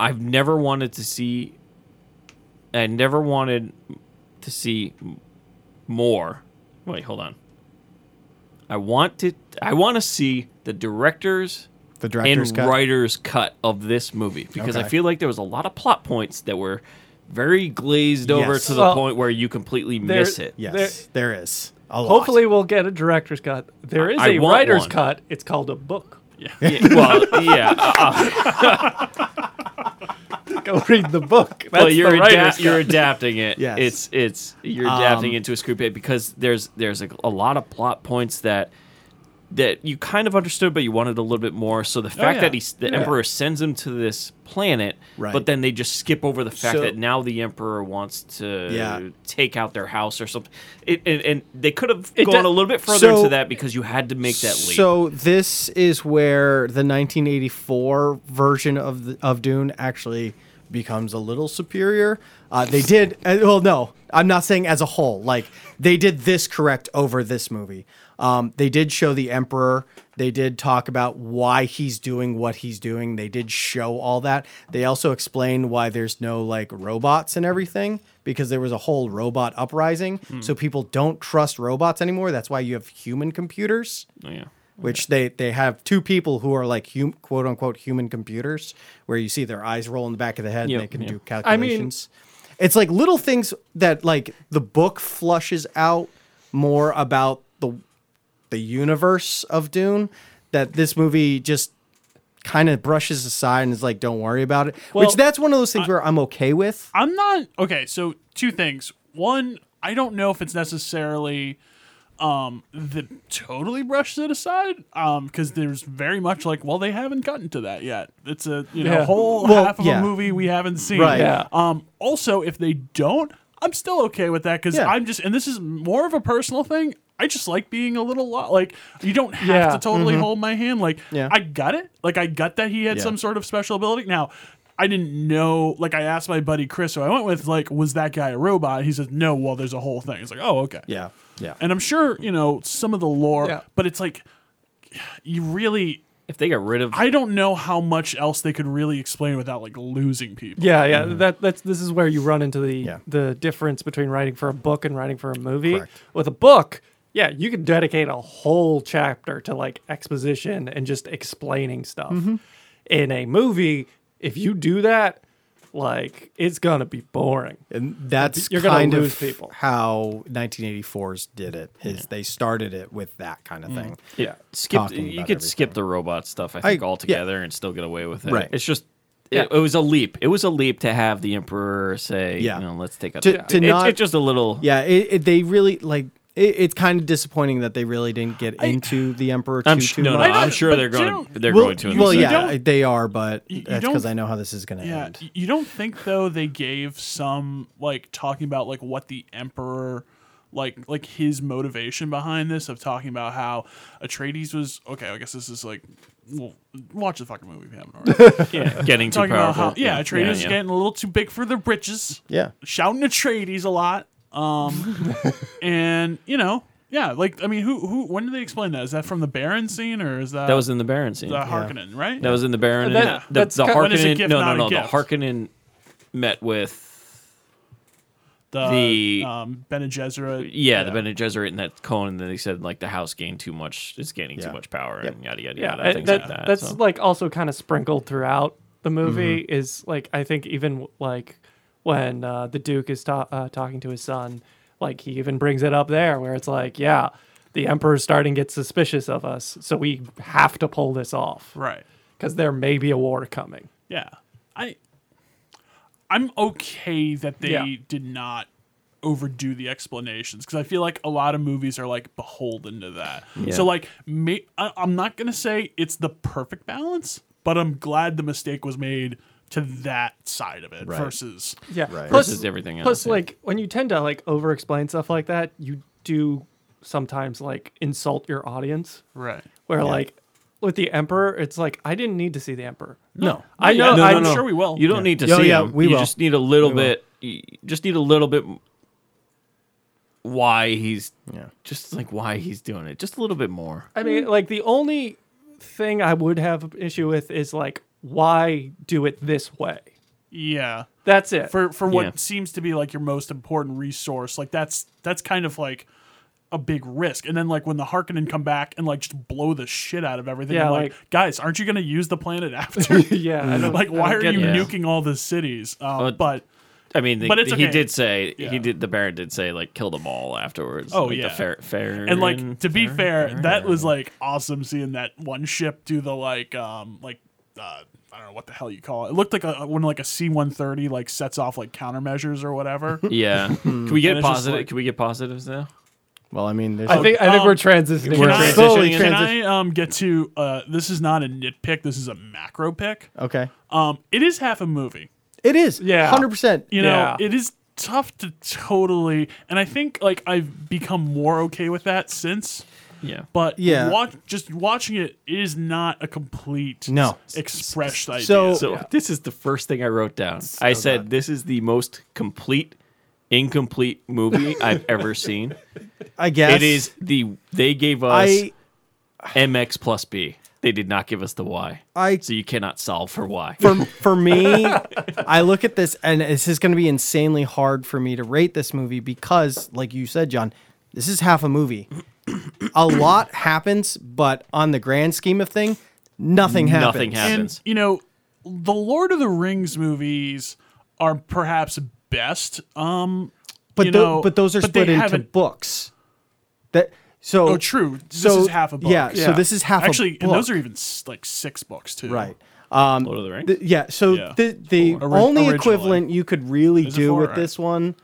F: I've never wanted to see, I never wanted to see m- more. Wait, hold on. I want to. I want to see the directors
I: The director's
F: and
I: cut.
F: writer's cut of this movie because I
I: Okay.
F: feel like there was a lot of plot points that were very glazed over
I: Yes.
F: to the
G: Well,
F: point where you completely
G: there-
F: miss it.
I: Yes, there is. A lot.
G: Hopefully, we'll get a director's cut. There is
F: I
G: a
F: want
G: writer's
F: one.
G: cut. It's called a book.
F: Yeah, well, yeah.
G: Go read the book. That's
F: well, you're
G: the
F: adap-
G: writer's
F: you're
G: cut.
F: adapting it.
I: Yes.
F: It's it's you're adapting it to a script because there's there's a, a lot of plot points that that you kind of understood but you wanted a little bit more. So the fact
H: yeah.
F: that he s- the emperor sends him to this planet,
I: Right.
F: but then they just skip over the fact
I: So-
F: that now the emperor wants to
I: Yeah.
F: take out their house or something. It, and, and they could have
G: It
F: gone
G: do-
F: a little bit further
I: So-
F: into that because you had to make that leap.
I: So this is where the 1984 version of the, of Dune actually becomes a little superior. Uh, they did uh, well. No, I'm not saying as a whole. Like they did this correct over this movie. Um, they did show the Emperor. They did talk about why he's doing what he's doing. They did show all that. They also explain why there's no like robots and everything because there was a whole robot uprising.
F: Hmm.
I: So people don't trust robots anymore. That's why you have human computers
F: yeah.
I: which they they have two people who are like hum, quote unquote human computers where you see their eyes roll in the back of the head
F: Yep,
I: and they can
F: yep.
I: do
G: I mean-
I: calculations. it's like little things that like the book flushes out more about the the universe of Dune that this movie just kind of brushes aside and is like don't worry about it.
H: Well,
I: which that's one of those things where I'm okay with.
H: I'm not okay. So two things. One, I don't know if it's necessarily um the totally brushed it aside um because there's very much like well they haven't gotten to that yet it's a you know
G: Yeah.
H: whole
I: Well,
H: half of
I: yeah.
H: a movie we haven't seen
I: Right.
G: Yeah.
H: um also if they don't i'm still okay with that because
I: Yeah.
H: i'm just and this is more of a personal thing i just like being a little lo- like you don't have
G: Yeah.
H: to totally hold my hand like
I: Mm-hmm. Yeah.
H: i got it like i got that he had
I: Yeah.
H: some sort of special ability now I didn't know. Like, I asked my buddy Chris, who I went with, like, was that guy a robot? He says, no. Well, there's a whole thing. It's like, oh, okay.
I: Yeah. Yeah.
H: And I'm sure, you know, some of the lore,
G: Yeah.
H: but it's like, you really,
F: If they got rid of
H: I don't know how much else they could really explain without, like, losing people.
G: Yeah, yeah. That that's this is where you run into the
I: Mm. Yeah.
G: the difference between writing for a book and writing for a movie.
I: Correct.
G: With a book, yeah, you can dedicate a whole chapter to like exposition and just explaining stuff.
I: Mm-hmm.
G: In a movie, if you do that, like it's gonna be boring.
I: And that's
G: You're gonna
I: kind
G: lose
I: of
G: people.
I: how 1984s did it. Is they started it with that kind
G: Mm.
I: of thing.
F: Yeah, skip.
I: talking
F: You
I: about
F: could skip the robot stuff. I think
I: yeah.
F: altogether and still get away with it.
I: Right.
F: It's just it, it was a leap. It was a leap to have the emperor say,
I: Yeah.
F: you know, let's take out
I: To-
F: the-
I: to
F: it- it's-
I: not-
F: it's just a little.
I: Yeah, it, it, they really like. It, it's kind of disappointing that they really didn't get into the Emperor too,
F: I'm sh-
I: too
F: no, no,
I: much.
H: I
F: I'm
H: don't-
F: sure
H: but
F: they're
H: you
F: going.
H: don't-
F: to They're
I: well,
F: going to. in a
I: well,
F: second.
I: yeah,
H: don't-
I: they are, but
H: you
I: that's because
H: don't-
I: I know how this is going to
H: Yeah.
I: end.
H: y- You don't think, though, they gave some, like, talking about, like, what the emperor. Like, like his motivation behind this of talking about how Atreides was okay. I guess this is like, well, watch the fucking movie if you haven't already.
F: yeah, getting too
H: talking about
F: powerful.
H: how yeah, Atreides is
F: yeah.
H: getting a little too big for their britches.
I: Yeah.
H: shouting Atreides a lot. Um, and you know, yeah, like I mean, who who? When did they explain that? Is that from the Baron scene or is that
F: That was in the Baron scene.
H: the Harkonnen, right?
F: that was in the Baron.
G: That-
F: and the,
G: that's
F: the
G: kind-
H: when is a
F: Harkonnen.
H: gift,
F: no,
H: not
F: no, no.
H: a
F: The
H: gift?
F: Harkonnen met with.
H: the,
F: the-
H: um, Bene Gesserit.
F: Yeah, the Bene Gesserit and that cone, and then they said like the house gained too much. It's gaining
I: Yeah.
F: too much power and yada yada
G: Yeah,
F: yada
G: I-
F: things
G: that-
F: like that.
G: that's
F: so. Mm-hmm.
G: like also kind of sprinkled throughout the movie. Is like I think even like when uh, the Duke is ta- uh, talking to his son, like he even brings it up there, where it's like, yeah, the Emperor's starting to get suspicious of us, so we have to pull this off
H: right?
G: because there may be a war coming.
H: Yeah, I I'm okay that they
G: Yeah.
H: did not overdo the explanations because I feel like a lot of movies are like beholden to that. So like, may, I, I'm not gonna say it's the perfect balance, but I'm glad the mistake was made to that side of it versus
G: Yeah,
I: Right.
G: plus
F: versus everything else.
G: plus
F: yeah.
G: like when you tend to like over-explain stuff like that, you do sometimes like insult your audience.
H: right.
G: Where like with the Emperor, it's like I didn't need to see the Emperor.
H: No,
G: I know-
H: No,
G: I
H: I'm
G: know.
H: sure we will.
F: You don't need to
I: Yeah. Oh,
F: see
I: yeah,
F: him.
I: we
F: you
I: will.
F: just need a little
I: We will.
F: bit. You just need a little bit m- why he's just like why he's doing it. Just a little bit more.
G: I mean, like the only thing I would have an issue with is like why do it this way?
H: yeah.
G: That's it.
H: for for what
F: Yeah.
H: seems to be like your most important resource like that's that's kind of like a big risk. And then like when the Harkonnen come back and like just blow the shit out of everything.
G: Yeah,
H: I'm like,
G: like-
H: guys, aren't you gonna use the planet after?
G: yeah, I don't,
H: like, why
G: I don't
H: are
G: get
H: you
G: that.
F: Yeah.
H: nuking all the cities? Um,
F: Well,
H: but
F: I mean, the,
H: But it's
F: he
H: okay.
F: did say
H: Yeah.
F: he did. The Baron did say like kill them all afterwards.
H: Oh,
F: like,
H: yeah.
F: the fair, fair
H: and like to be fair, that was like awesome seeing that one ship do the like um like uh, I don't know what the hell you call it. It looked like a when like a C one thirty like sets off like countermeasures or whatever.
F: yeah. Can we get
H: it's just
F: positive?
H: like-
F: Can we get positives now?
I: Well, I mean, there's
G: I think I think
H: Um,
G: we're transitioning.
H: Can
F: We're
H: I,
I: slowly
H: can
I: transition-
H: I um, get to uh, this is not a nitpick, this is a macro pick.
I: okay.
H: Um, it is half a movie.
I: It is.
G: Yeah.
I: Hundred percent.
H: You know,
G: Yeah.
H: it is tough to totally and I think like I've become more okay with that since.
F: Yeah.
H: But
I: Yeah.
H: watch, just watching it is not a complete
I: No.
H: expressed idea.
I: So-
F: So this is the first thing I wrote down. I said this is the most complete incomplete movie I've ever seen.
I: I guess
F: It is the they gave us
I: I
F: MX plus B. They did not give us the Y.
I: I
F: So you cannot solve for Y.
I: for for me, I look at this and this is going to be insanely hard for me to rate this movie because, like you said, John, this is half a movie. a lot happens, but on the grand scheme of thing, nothing happens.
F: Nothing happens.
H: And you know, the Lord of the Rings movies are perhaps best. Um,
I: But
H: you
I: tho-
H: know,
I: but those are
H: but they
I: split into
H: haven't-
I: books. That so
H: Oh, true. This
I: so-
H: is half a book.
I: Yeah, so this is half
H: Actually,
I: a book.
H: and those are even s- like six books too.
I: right.
F: Lord of the Rings.
I: Th- yeah, so
H: Yeah.
I: the the
H: Ori-
I: only
H: originally.
I: equivalent you could really
H: Is it
I: do
H: four?
I: with
H: Alright.
I: this one,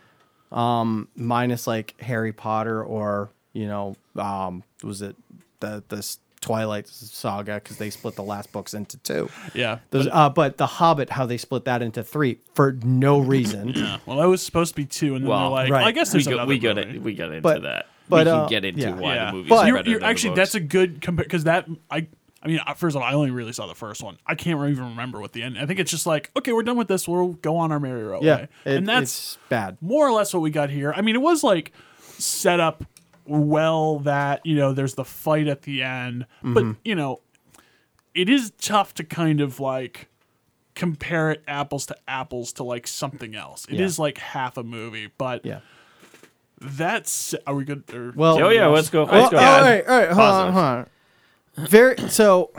I: um, minus like Harry Potter or you know, um, was it the this Twilight saga because they split the last books into two.
H: Yeah.
I: Those, uh, but the Hobbit, how they split that into three for no reason.
H: Yeah. Well, that was supposed to be two, and then they're
F: Well,
H: like,
I: right.
H: I guess
F: we
H: there's
F: got
H: another
F: we got
H: movie.
F: it. We got into
I: But-
F: that.
I: but,
F: we can
I: uh,
F: get into
I: yeah.
F: why
H: Yeah.
F: the movie.
I: But-
F: is
H: You're,
F: better
H: you're,
F: than the
H: actually,
F: books. Oh,
H: that's a good compare because that I. I mean, uh, first of all, I only really saw the first one. I can't even remember what the end. I think it's just like, okay, we're done with this. We'll go on our merry road.
I: Yeah,
H: way.
I: it-
H: and that's
I: it's bad.
H: more or less what we got here. I mean, it was like set up well that, you know, there's the fight at the end,
I: Mm-hmm.
H: but, you know, it is tough to kind of like compare it apples to apples to like something else. It is
I: Yeah.
H: like half a movie, but
I: Yeah.
H: that's are we good? Or,
I: Well,
F: Oh yeah, let's go.
I: Well,
F: Let's
I: all
F: go.
I: right, all right, hold on,
F: Positives.
I: hold on. Very so.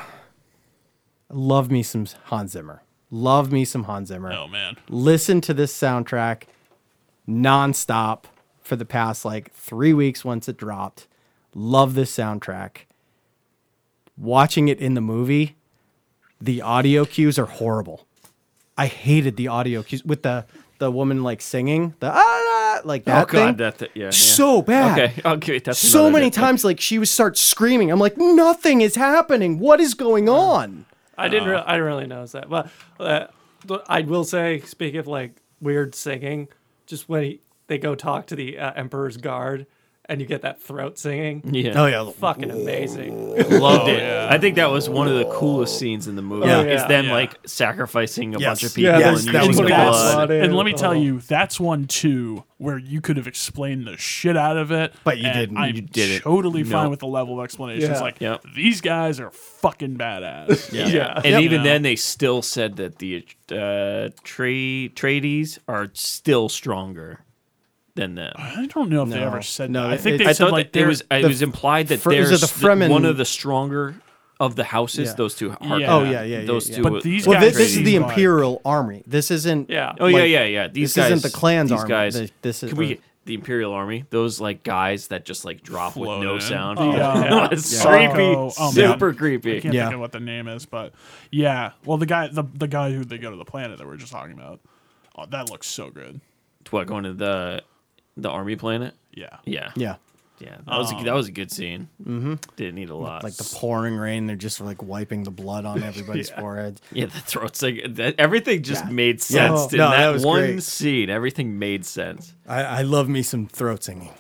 I: Love me some Hans Zimmer. Love me some Hans Zimmer.
H: oh man,
I: listen to this soundtrack nonstop for the past like three weeks once it dropped. Love this soundtrack. Watching it in the movie, the audio cues are horrible. I hated the audio cues with the the woman like singing the ah, like that
F: Oh god,
I: thing.
F: that thi- yeah, yeah.
I: so bad
F: Okay, okay, that's
I: so
F: another
I: many
F: nitpick.
I: times like she would start screaming i'm like nothing is happening what is going on
G: I didn't. Re- I didn't really notice that, but uh, but I will say, speaking of like weird singing, just when he, they go talk to the uh, Emperor's guard, and you get that throat singing,
F: Oh, Yeah.
I: yeah
G: fucking amazing.
F: Loved it. I think that was one of the coolest scenes in the movie.
I: Yeah.
F: Is
G: Yeah.
F: them
H: Yeah.
F: like sacrificing a
I: Yes.
F: bunch of
I: Yeah,
F: people
I: that
F: and
I: was-
F: using
I: that was
F: the
I: cool.
F: blood.
G: Blood.
H: and let me tell
G: Oh.
H: you, that's one too where you could have explained the shit out of it,
I: But you
H: and
I: didn't.
H: I'm
F: You didn't.
H: Totally fine
F: No.
H: with the level of explanations.
G: Yeah.
H: Like
F: Yep.
H: these guys are fucking badass.
F: Yeah.
G: Yeah.
F: And even then, they still said that the uh, tra- tradies are still stronger than them.
H: I don't know if they
I: No.
H: ever said
I: No,
H: no. I
I: it-
H: think
I: it-
H: they
F: I
H: said
F: thought
H: like
F: that it
H: there
F: was. It
I: the
F: was implied that
I: fr-
F: they're
I: is it the
F: st- one
I: Fremen-
F: of the stronger of the houses.
I: Yeah.
F: Those two. Harkonnen.
H: Yeah. Oh,
I: yeah, yeah, yeah,
F: Those
I: yeah.
F: two.
H: But these
I: well
H: guys
I: this, this is the
H: seem like-
I: imperial army this isn't
G: Yeah.
F: Oh yeah,
I: like,
F: yeah, yeah. These
I: this
F: guys,
I: isn't the Klan's
F: these
I: army.
F: Guys,
I: Th- this is-
F: can
I: or-
F: we get the Imperial Army? Those like guys that just like drop
H: Float
F: with no
H: in.
F: sound.
H: Oh, yeah.
F: it's
H: Yeah.
F: creepy,
H: Oh, oh, man.
F: super creepy.
H: I can't
I: Yeah.
H: think of what the name is, but yeah. Well, the guy, the, the guy who they go to the planet that we are just talking about. Oh, that looks so good.
F: What going to the the army planet?
H: Yeah.
F: Yeah,
I: yeah
F: yeah. That was a,
H: Oh.
F: that was a good scene. Mm-hmm. Didn't need a lot.
I: like the pouring rain they're just like wiping the blood on everybody's forehead
F: yeah, the throats like that, everything just
I: Yeah.
G: Oh,
F: made
I: Yeah.
F: sense. in
I: No,
F: that,
I: that was
F: one
I: great.
F: scene, everything made sense.
I: I, I love me some throat singing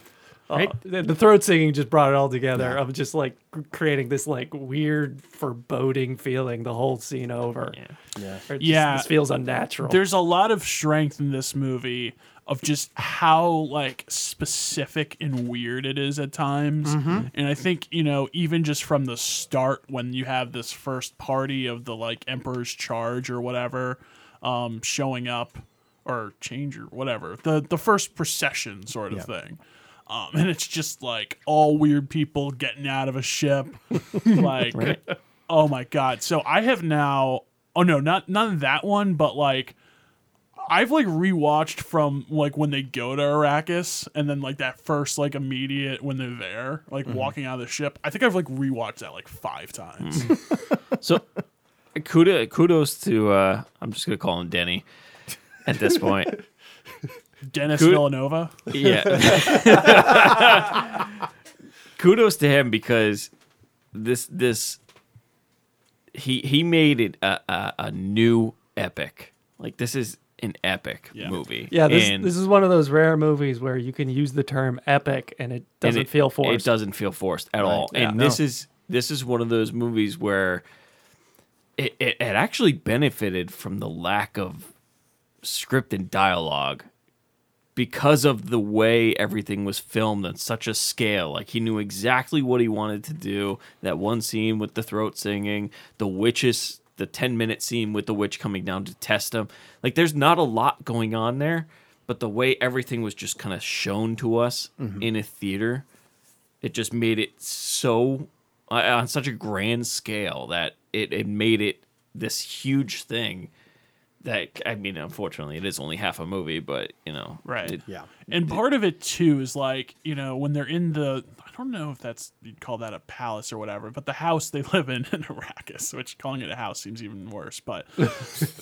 H: Uh,
F: Right?
G: The the throat singing just brought it all together of just like cr- creating this like weird foreboding feeling the whole scene over. Yeah,
H: Yeah.
G: This feels unnatural.
H: There's a lot of strength in this movie of just how like specific and weird it is at times. And I think, you know, even just from the start when you have this first party of the like Emperor's Charge or whatever um showing up or change or whatever. The the first procession sort of
I: Yeah.
H: thing. Um, and it's just like all weird people getting out of a ship. like, oh my god! So I have now. Oh no, not not that one, but like. I've like rewatched from like when they go to Arrakis and then like that first like immediate when they're there, like
G: Mm-hmm.
H: walking out of the ship. I think I've like rewatched that like five times.
F: So, kudos, kudos to uh, I'm just gonna call him Denny. At this point,
H: Dennis
F: Good-
H: Villanova.
F: yeah. kudos to him because this this he he made it a, a, a new epic. Like this is an epic
H: Yeah.
F: movie.
G: Yeah, this,
F: And-
G: this is one of those rare movies where you can use the term epic and it
F: and
G: doesn't
F: it-
G: feel forced.
F: It doesn't feel forced at all.
G: Yeah,
F: and
G: no.
F: this is this is one of those movies where it, it, it actually benefited from the lack of script and dialogue because of the way everything was filmed on such a scale. Like he knew exactly what he wanted to do. That one scene with the throat singing, the witches, the 10 minute scene with the witch coming down to test him. Like there's not a lot going on there, but the way everything was just kind of shown to us
G: Mm-hmm.
F: in a theater, it just made it so uh, on such a grand scale that it, it made it this huge thing that I mean, unfortunately, it is only half a movie, but you know,
H: Right.
F: it-
I: Yeah.
H: And part of it too is like, you know, when they're in the I don't know if that's you'd call that a palace or whatever, but the house they live in in Arrakis, which calling it a house seems even worse, but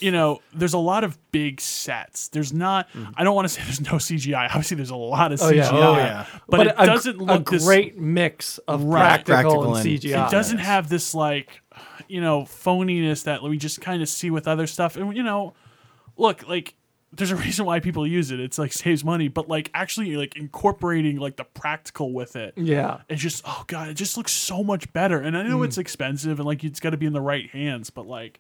H: you know, there's a lot of big sets. There's not I don't want to say there's no CGI. Obviously there's a lot of CGI.
G: Mm-hmm. yeah.
I: Oh, yeah.
H: But, it
G: a-
H: doesn't
G: a
H: look this-
G: great mix of
H: Right.
G: practical,
I: Practical
G: and
I: and-
G: CGI.
H: it doesn't have this like you know phoniness that we just kind of see with other stuff and you know look like there's a reason why people use it it's like saves money but like actually like incorporating like the practical with it
G: Yeah.
H: it's just oh god it just looks so much better and i know it's expensive and like it's got to be in the right hands but like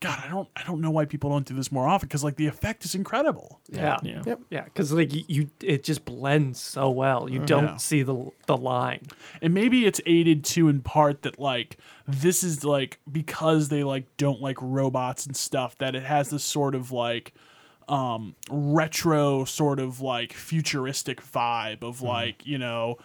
H: god i don't i don't know why people don't do this more often because like the effect is incredible
G: Yeah.
F: yeah.
G: Yeah, because like y- you, it just blends so well. You don't
H: Yeah.
G: see the the line.
H: And maybe it's aided too in part that like this is like because they like don't like robots and stuff that it has this sort of like um retro sort of like futuristic vibe of
I: Mm-hmm.
H: like, you know,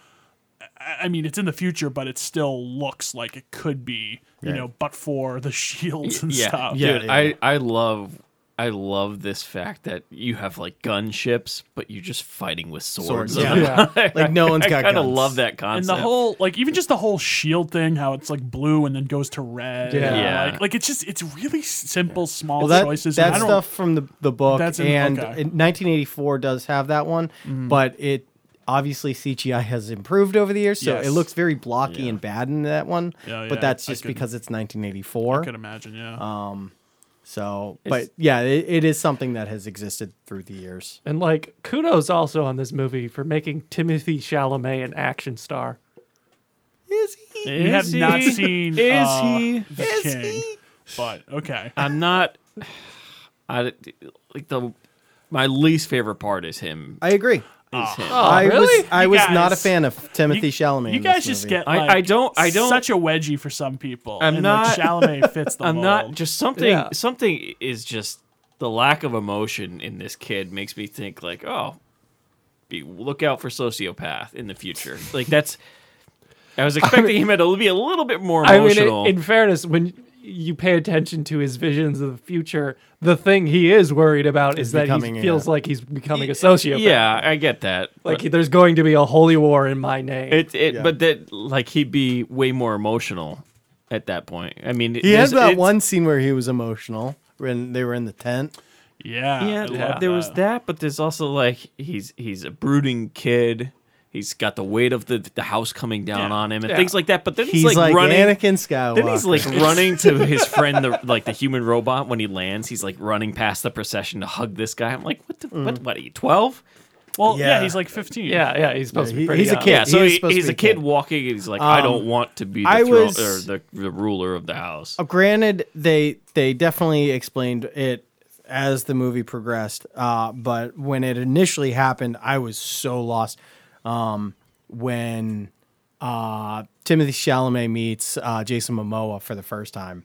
H: I I mean, it's in the future, but it still looks like it could be, you know, but for the shields and
F: yeah,
H: stuff.
F: yeah,
I: Yeah,
F: I I love I love this fact that you have like gunships, but you're just fighting with swords.
I: Swords, yeah. Like no one's
F: I
I: got
F: kind of
I: guns.
F: love that
H: And
F: concept.
H: the whole, like, even just the whole shield thing, how it's like blue and then goes to red.
G: Yeah.
F: Yeah.
H: Like, like, it's just, it's really simple, small
I: Well, that,
H: choices. and
I: that
H: I don't-
I: stuff from the, the book
H: That's in-
I: and
H: okay. Mm-hmm.
I: in 1984 does have that one, but it obviously CGI has improved over the years, so
H: Yes.
I: it looks very blocky and bad in that one.
H: Yeah, yeah,
I: But that's
H: I
I: just
H: could-
I: because it's 1984.
H: I could imagine, yeah.
I: So, but yeah, it, it is something that has existed through the years.
G: And like kudos also on this movie for making Timothy Chalamet an action star.
I: Is he?
H: We have
F: Is
H: not
F: he?
H: seen.
F: Is
H: uh,
F: he?
H: The King, But okay.
F: I'm not. I like the my least favorite part is him.
I: I agree.
F: Is him.
I: I
G: Oh, really?
I: was I
H: You
I: was not a
H: guys-
I: fan of Timothy Chalamet.
H: You
I: in this
H: guys just
I: movie.
H: get.
F: I-
H: Like,
F: I don't- I don't-
H: Such a wedgie for some people.
F: I'm
H: and,
F: not-
H: Like, Chalamet fits the
F: I'm
H: mold.
F: not just something.
G: Yeah.
F: Something is just the lack of emotion in this kid makes me think like, oh, be look out for sociopath in the future. Like that's. I was expecting him to be a little bit more
G: I mean,
F: emotional.
G: in, in fairness, when you pay attention to his visions of the future, the thing he is worried about is that
I: becoming
G: he
I: a-
G: feels like he's becoming a sociopath.
F: yeah, I get that.
G: Like
F: Like
G: there's going to be a holy war in my name.
F: it, it but that like he'd be way more emotional at that point. I mean,
I: He had that one scene where he was emotional when they were in the tent.
H: Yeah. I
F: Yeah,
H: love
F: there was that, but there's also like he's he's a brooding kid. He's got the weight of the the house coming down
H: Yeah.
F: on him and
G: Yeah.
F: things like that. But then he's,
I: He's like,
F: running.
I: Anakin Skywalker.
F: Then he's like running to his friend, the like the human robot. When he lands, he's like running past the procession to hug this guy. I'm like, what? The, what?
I: Mm.
F: What are you? Twelve?
H: Well, yeah.
I: Yeah.
H: he's like 15.
G: yeah, yeah, he's supposed to
I: he-
G: be pretty
I: he's a
G: young.
I: kid.
F: Yeah. So
I: he was
F: he-
I: supposed to
F: he's
I: be
F: a
I: a
F: kid,
I: kid. Um,
F: walking, and he's like, I don't want to be the,
I: I
F: thro-
I: was-
F: or the the ruler of the house.
I: Uh, granted, they they definitely explained it as the movie progressed, uh, but when it initially happened, I was so lost. Um, when uh, Timothy Chalamet meets uh, Jason Momoa for the first time,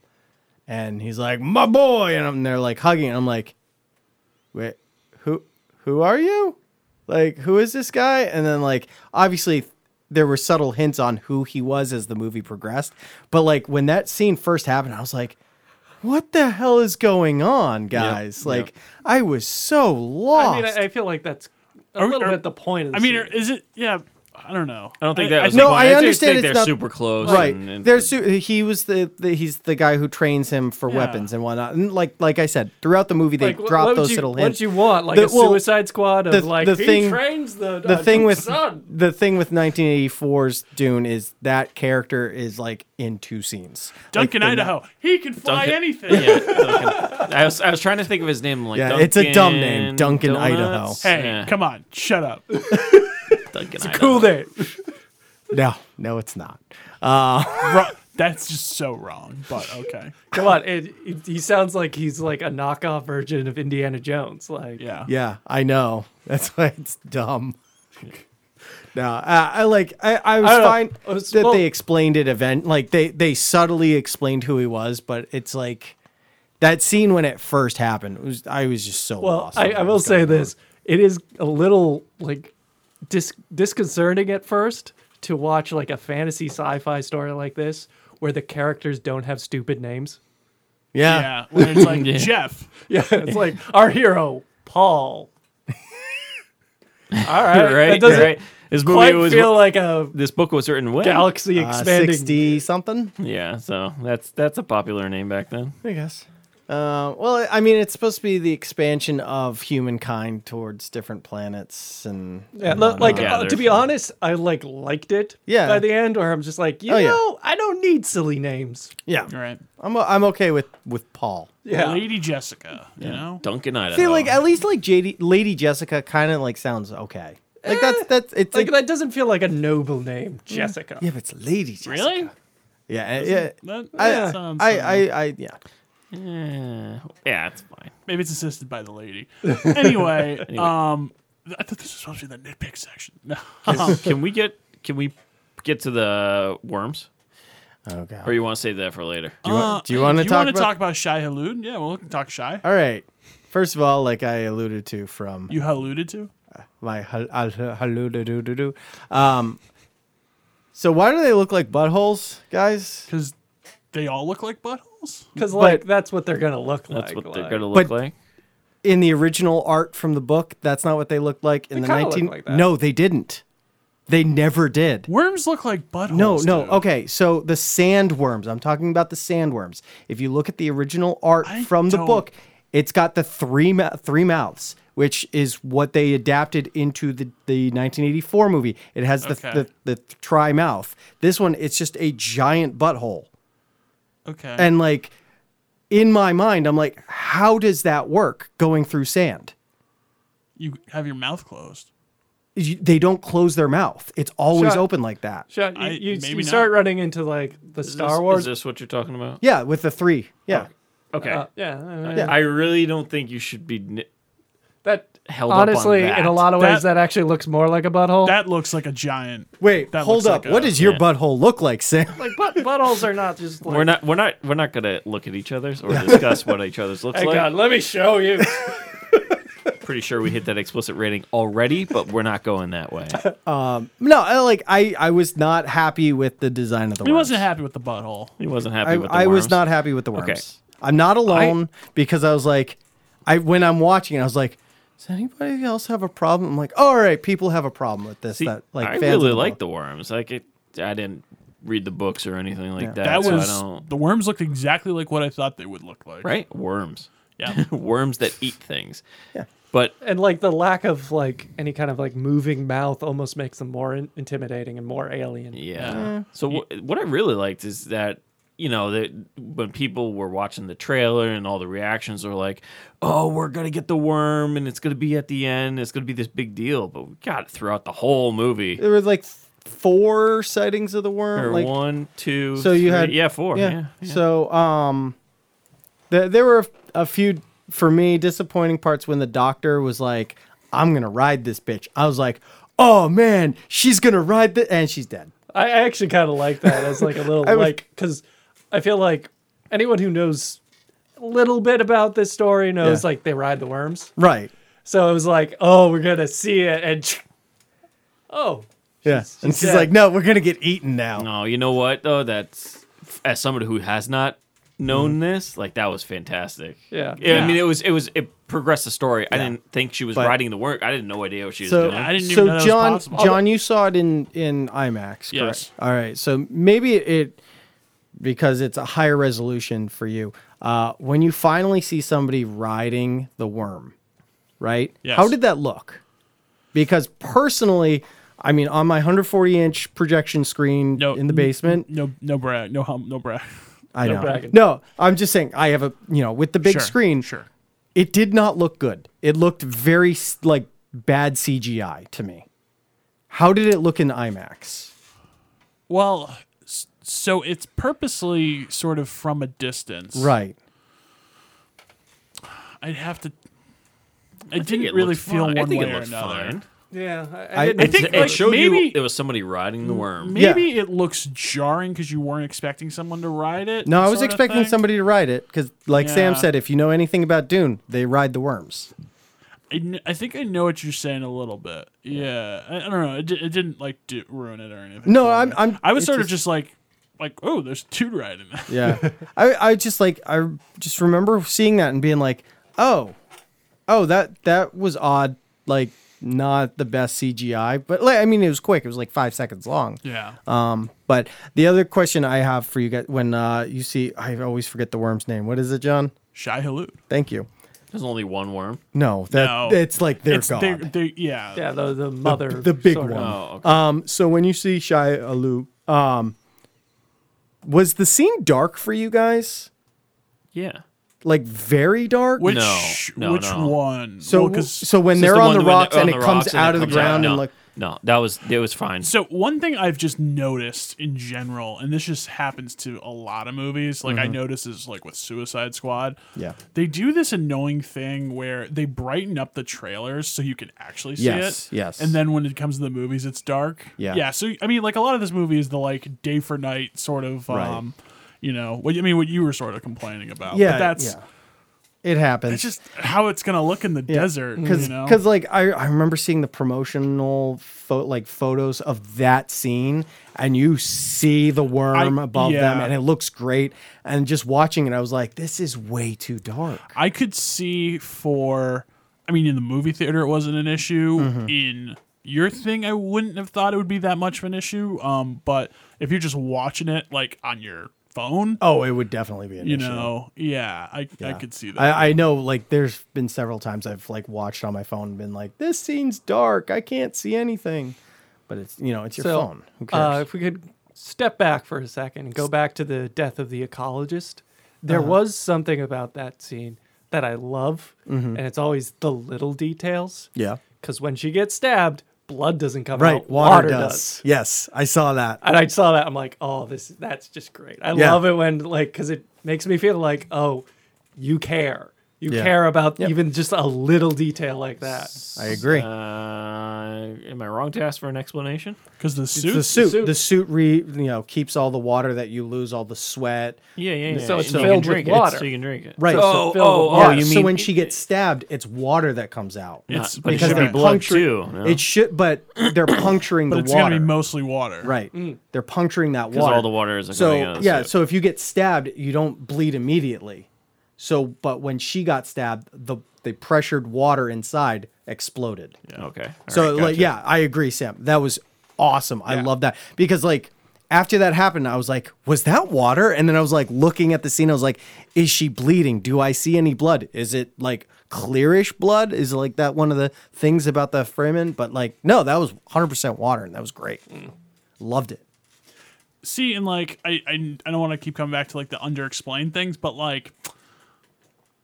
I: and he's like, "My boy," and, I'm, they're like hugging, and I'm like, "Wait, who who are you?" like who is this guy and then like obviously there were subtle hints on who he was as the movie progressed but like when that scene first happened i was like what the hell is going on guys like i was so lost
G: I mean, I, I feel like that's a
H: Are we-
G: little
H: are-
G: bit the point. Of the
H: I mean,
G: series.
H: is it? Yeah, I don't know.
F: I don't think that was the
I: no,
F: point.
I: I
F: just
I: understand
F: think
I: it's
F: they're
I: not-
F: super close.
I: right
F: and- and-
I: there's su- he was the, the he's the guy who trains him for weapons and whatnot and like like i said throughout the movie they
G: Like, wh-
I: drop
G: what
I: those
G: would you,
I: little
G: What
I: hints
G: did you want? Like
I: The-
G: a
I: well,
G: Suicide Squad of
I: the-
G: like
I: the
G: he
I: thing-
G: trains the
I: the
G: uh,
I: thing with
G: son.
I: the thing with 1984's Dune is that character is like in two scenes. Like,
H: Duncan
I: the-
H: Idaho. He can fly
F: Duncan-
H: anything.
F: yeah, Duncan. I was I was trying to think of his name. Like,
I: Yeah,
F: Duncan,
I: it's a dumb name, Duncan,
F: Donuts?
H: Hey,
F: Yeah,
H: come on, shut up.
F: Duncan
H: Cool
F: Idaho.
H: day.
I: No, no, it's not.
H: Ru- That's just so wrong. But okay,
G: Come on, it, it- he sounds like he's like a knockoff version of Indiana Jones. Like,
H: yeah,
I: Yeah, I know. That's why it's dumb. No, I, I like I, I was
G: I don't know.
I: fine
G: I was-
I: that
G: well-
I: they explained it event like they they subtly explained who he was, but it's like that scene when it first happened was I was just so
G: well,
I: lost. on
G: I,
I: what
G: I will
I: was
G: say
I: going on.
G: this: it is a little like dis- disconcerting at first to watch like a fantasy sci-fi story like this where the characters don't have stupid names.
I: Yeah.
H: yeah. When it's like Jeff.
G: Yeah, it's like our hero Paul. All right,
F: Right,
G: that doesn't
F: right. This movie
G: quite
F: was
G: feel like a
F: this book was written when?
G: galaxy
I: Uh,
G: expanding.
I: 60 something,
F: Yeah, so that's that's a popular name back then.
I: I guess. Uh, well, I mean, it's supposed to be the expansion of humankind towards different planets, and
G: Yeah, li- like
F: Yeah,
G: uh, to
F: there's-
G: be honest, I like liked it.
I: Yeah.
G: By the end, or I'm just like, you
I: Oh, yeah.
G: know, I don't need silly names.
I: yeah,
H: All right,
I: I'm I'm okay with with Paul.
H: Lady Jessica. You know,
F: Duncan Idaho.
I: See, like at least like JD, Lady Jessica kind of like sounds okay. Like that's that's it's
G: Like
I: like,
G: that doesn't feel like a noble
F: Mm.
G: name, Jessica.
I: yeah, but it's Lady Jessica.
H: really?
I: Yeah, eh, yeah.
H: That, that
I: I,
H: sounds.
I: I, I, I, yeah.
F: yeah, yeah, it's fine.
H: Maybe it's assisted by the lady. Anyway, um, I thought this was supposed to be the nitpick section. No.
F: Um, Can we get can we get to the worms,
I: Oh
F: or
I: god.
F: you want to save that for later?
I: Do you,
H: Uh,
I: want do you want to
H: you
I: talk
H: wanna
I: about?
H: talk about Shai Halud? Yeah, well, we can talk Shai.
I: All right. First of all, like I alluded to from
H: You alluded to?
I: my hal- al- hallu do do do do. Um, so why do they look like buttholes, guys?
H: Because they all look like buttholes.
G: Because like
I: But-
G: that's what they're gonna look like.
F: That's what they're
G: like-
F: gonna look
I: But-
F: like.
I: In the original art from the book, that's not what they looked like in
G: They
I: the
G: kinda look
I: nineteen.
G: like that.
I: no, they didn't. They never did.
H: Worms look like buttholes.
I: No, no.
H: dude.
I: Okay, so the sandworms. I'm talking about the sandworms. If you look at the original art
H: I
I: from the
H: don't-
I: book, it's got the three mou- three mouths, which is what they adapted into the, the 1984 movie. It has the,
H: Okay.
I: the the tri mouth. This one, it's just a giant butthole.
H: Okay.
I: And like in my mind, I'm like, how does that work going through sand?
H: you have your mouth closed.
I: You- They don't close their mouth. It's always
G: Shut-
I: open like that.
G: Sean, you,
H: I-
G: you-
H: maybe
G: you
H: not.
G: start running into like the
F: Is
G: Star
F: this-
G: Wars.
F: Is this what you're talking about?
I: Yeah, with the three. Yeah.
H: Oh,
F: Okay.
G: uh, yeah, uh,
F: I really don't think you should be. Ni-
G: That
F: Held up on
G: honestly, in
F: that.
G: a lot of ways,
H: That-
G: that, actually looks more like a butthole.
H: That looks like a giant.
I: Wait,
H: That
I: hold
H: looks
I: up.
H: like
I: what
H: a-
I: does your butthole look like, Sam?
G: like butt- buttholes are not just. Like,
F: we're not. We're not. We're not gonna look at each other's or discuss what each other's looks
G: Hey
F: like.
G: God, let me show you.
F: Pretty sure we hit that explicit rating already, but we're not going that way.
I: No, I, like I, I was not happy with the design of the.
H: He
I: worms.
H: wasn't happy with the butthole.
F: He wasn't happy
I: I,
F: with the
I: I was
F: worms.
I: not happy with the worms. I'm not alone because I was like, I when I'm watching, it, I was like, does anybody else have a problem? I'm like, all right, people have a problem with this.
F: See,
I: that like,
F: I
I: fans
F: really
I: of
F: like
I: book.
F: the worms. Like it, I didn't read the books or anything like that.
H: That
F: so
H: was
F: I don't,
H: the worms looked exactly like what I thought they would look like.
F: right worms.
H: Yeah.
F: worms that eat things. Yeah. But
G: and like the lack of like any kind of like moving mouth almost makes them more in- intimidating and more alien.
F: yeah. So wh- what I really liked is that you know that when people were watching the trailer and all the reactions were like, "Oh, we're gonna get the worm, and it's gonna be at the end. It's gonna be this big deal." But we got it throughout the whole movie.
I: There were like four sightings of the worm.
F: Or
I: Like
F: one, two,
I: so you
F: three-
I: had
F: yeah four yeah. yeah.
I: So um, th- there were a, a few for me disappointing parts when the doctor was like, "I'm gonna ride this bitch." I was like, "Oh man, she's gonna ride the," and she's dead.
G: I I actually kind of like that as like a little
I: I was-
G: like because I feel like anyone who knows a little bit about this story knows
I: Yeah.
G: like they ride the worms,
I: Right.
G: So it was like, oh, we're gonna see it, and oh,
I: Yeah. and she's
G: dead.
I: like, no, we're going to get eaten now.
F: No, you know what though? That's as somebody who has not known this, like that was fantastic.
G: Yeah.
F: I mean, it was it was it progressed the story. I didn't think she was
I: But-
F: writing the work. I didn't know idea what she was
I: So,
F: doing.
H: I didn't even
I: so
H: know that was
I: John,
H: possible.
I: John, you saw it in in IMAX, correct?
H: Yes.
I: All right. So maybe it, it because it's a higher resolution for you. Uh, when you finally see somebody riding the worm, right?
H: Yes.
I: How did that look? Because personally, I mean, on my 140 inch projection screen
H: No.
I: in the basement,
H: No, no brag, no hum, no brag.
I: I
G: No
I: know.
G: bragging.
I: No, I'm just saying I have a you know with the big
H: Sure,
I: screen.
H: sure.
I: It did not look good. It looked very s- like bad CGI to me. How did it look in IMAX?
H: Well, s- so it's purposely sort of from a distance,
I: Right.
H: I'd have to. I,
F: think
H: didn't
F: it
H: really
F: looked
H: feel
F: fine.
H: one
F: I think
H: way
F: it
H: or
F: looked
H: another.
F: fine.
G: yeah, I,
I: I-
G: didn't-
H: I think
F: It
H: like
F: showed
H: maybe
F: you it was somebody riding the worm.
H: maybe it looks jarring because you weren't expecting someone to ride it.
I: No, I was
H: sort of
I: expecting
H: thing.
I: somebody to ride it because, like Sam
H: Yeah.
I: said, if you know anything about Dune, they ride the worms.
H: I, kn- I think I know what you're saying a little bit. Yeah, I, I don't know. It, di- it didn't like do, ruin it or anything.
I: No,
H: for
I: I'm-
H: me.
I: I'm-
H: I was
I: it's
H: sort of
I: just-
H: just like, like, oh, there's two riding that.
I: Yeah. I, I just like I just remember seeing that and being like, oh, oh that that was odd. Like not the best CGI, but like, I mean it was quick. It was like five seconds long.
H: Yeah.
I: Um, but the other question I have for you guys when uh, you see, I always forget the worm's name. What is it, John?
H: Shy Halud.
I: Thank you.
F: There's only one worm.
I: No, that
H: No.
I: it's like they're
H: It's-
I: gone.
H: they're- they're- yeah.
G: yeah, the the mother,
I: the big
G: sort of.
I: one.
F: Oh, okay.
I: Um, so when you see Shia Alu, um, was the scene dark for you guys?
F: yeah.
I: Like very dark.
H: Which
F: no,
H: which
F: no.
H: one?
I: so
H: Well, 'cause-
I: so when
F: It's just
I: they're on
F: one
I: the
F: when they're
I: rocks
F: on
I: and
F: the
I: it comes
F: rocks
I: out of the
F: comes out.
I: ground
F: No,
I: and like
F: no, that was it was fine.
H: So one thing I've just noticed in general, and this just happens to a lot of movies, like I notice is like with Suicide Squad.
I: Mm-hmm. Yeah.
H: They do this annoying thing where they brighten up the trailers so you can actually see
I: Yes,
H: it.
I: yes.
H: And then when it comes to the movies, it's dark.
I: Yeah.
H: Yeah. So I mean, like a lot of this movie is the like day for night sort of
I: Right.
H: um you know, what I mean what you were sort of complaining about.
I: yeah,
H: But that's
I: yeah. It happens.
H: it's just how it's gonna look in the desert.
I: because
H: you know?
I: like I, I remember seeing the promotional pho- like photos of that scene and you see the worm
H: I-
I: above them
H: yeah.
I: and it looks great and just watching it I was like this is way too dark
H: I could see for, I mean, in the movie theater, it wasn't an issue.
I: Mm-hmm.
H: In your thing, I wouldn't have thought it would be that much of an issue. Um, but if you're just watching it like on your phone,
I: oh it would definitely be an
H: you
I: issue.
H: know, yeah, I I
I: Yeah.
H: could see that.
I: I, I know like there's been several times I've like watched on my phone and been like this scene's dark I can't see anything but it's you know it's your
G: So,
I: phone who
G: Uh,
I: cares
G: if we could step back for a second and go back to the death of the ecologist, there
I: Uh-huh.
G: was something about that scene that I love,
I: Mm-hmm.
G: and it's always the little details.
I: yeah
G: Because when she gets stabbed, blood doesn't come
I: right
G: out,
I: water, does. yes I saw that
G: And I saw that, I'm like, oh, this that's just great. I
I: Yeah.
G: love it when like because it makes me feel like, oh, you care. You
I: Yeah.
G: care about
I: Yep.
G: even just a little detail like that.
I: I agree
G: uh,
F: uh, am I wrong to ask for an explanation?
H: Because the suit,
I: the suit,
G: suit.
I: the suit re you know keeps all the water that you lose all the sweat
F: Yeah, yeah, yeah.
G: So it's
F: you can
G: filled with
F: drink it.
G: water.
F: So you can drink it.
I: Right.
F: Oh,
G: So-
F: oh, oh.
I: yeah,
F: You mean
I: so when she gets stabbed it's water that comes out
H: it's
F: but it should
H: because
F: be
I: they're
H: they're-
F: blood
I: puncturing-
F: too, no?
I: it should but they're puncturing
H: but
I: the
H: it's
I: water
H: gonna be mostly water,
I: right they're puncturing that
F: because
I: water
F: all the water is
I: so
F: coming out. of the
I: yeah
F: suit.
I: so if you get stabbed you don't bleed immediately so but when she got stabbed the the pressured water inside exploded
F: okay. all
I: so
F: right,
I: like
F: gotcha.
I: yeah i agree sam that was awesome i love that because like after that happened i was like was that water and then i was like looking at the scene i was like is she bleeding do i see any blood is it like clearish blood is it like that one of the things about the freeman but like no that was 100% water and that was great
F: Mm.
I: loved it
H: see and like I, I i don't want to keep coming back to like the underexplained things but like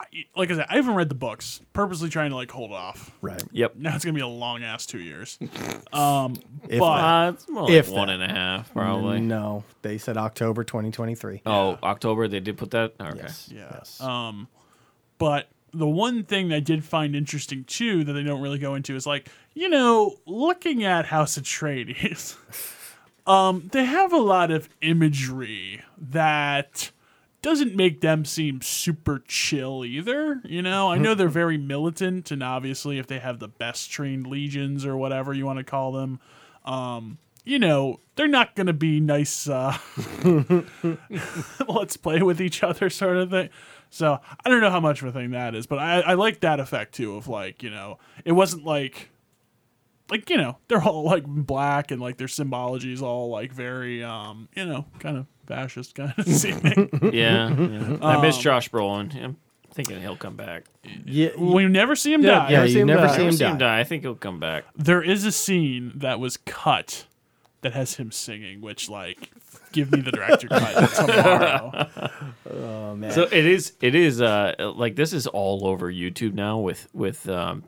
H: I, like i said i haven't read the books purposely trying to like hold off
I: right
F: Yep.
H: now it's gonna be a long ass two years
I: If
H: but
F: Uh, it's more like
I: If Mm-hmm.
F: one
I: that.
F: and a half, probably.
I: uh, No, they said October 2023.
F: Oh, October they did put that. Okay.
H: yeah um but the one thing I did find interesting too that they don't really go into is like you know looking at house atreides um they have a lot of imagery that doesn't make them seem super chill either. You know, I know they're very militant, and obviously, if they have the best trained legions or whatever you want to call them, um, you know, they're not going to be nice. Uh, let's play with each other sort of thing. So I don't know how much of a thing that is, but I, I like that effect too of like, you know, it wasn't like like, you know, they're all like black and like their symbology is all like very um, you know, kind of fascist kind of seeming.
I: Mm-hmm,
F: Yeah, yeah. I
I: Um,
F: miss Josh Brolin. I'm thinking he'll come back.
I: Yeah,
H: we never see him die.
I: yeah, you never see
F: Never
I: him
F: seen him
I: die.
F: die. I think he'll come back.
H: There is a scene that was cut that has him singing, which like give me the director cut tomorrow.
F: So it is. It is. Uh, like this is all over YouTube now with with um,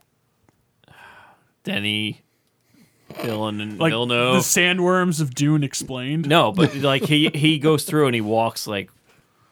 F: Denny, Dylan, and
H: Like
F: Villeneuve.
H: the sandworms of Dune explained.
F: No, but like he he goes through and he walks like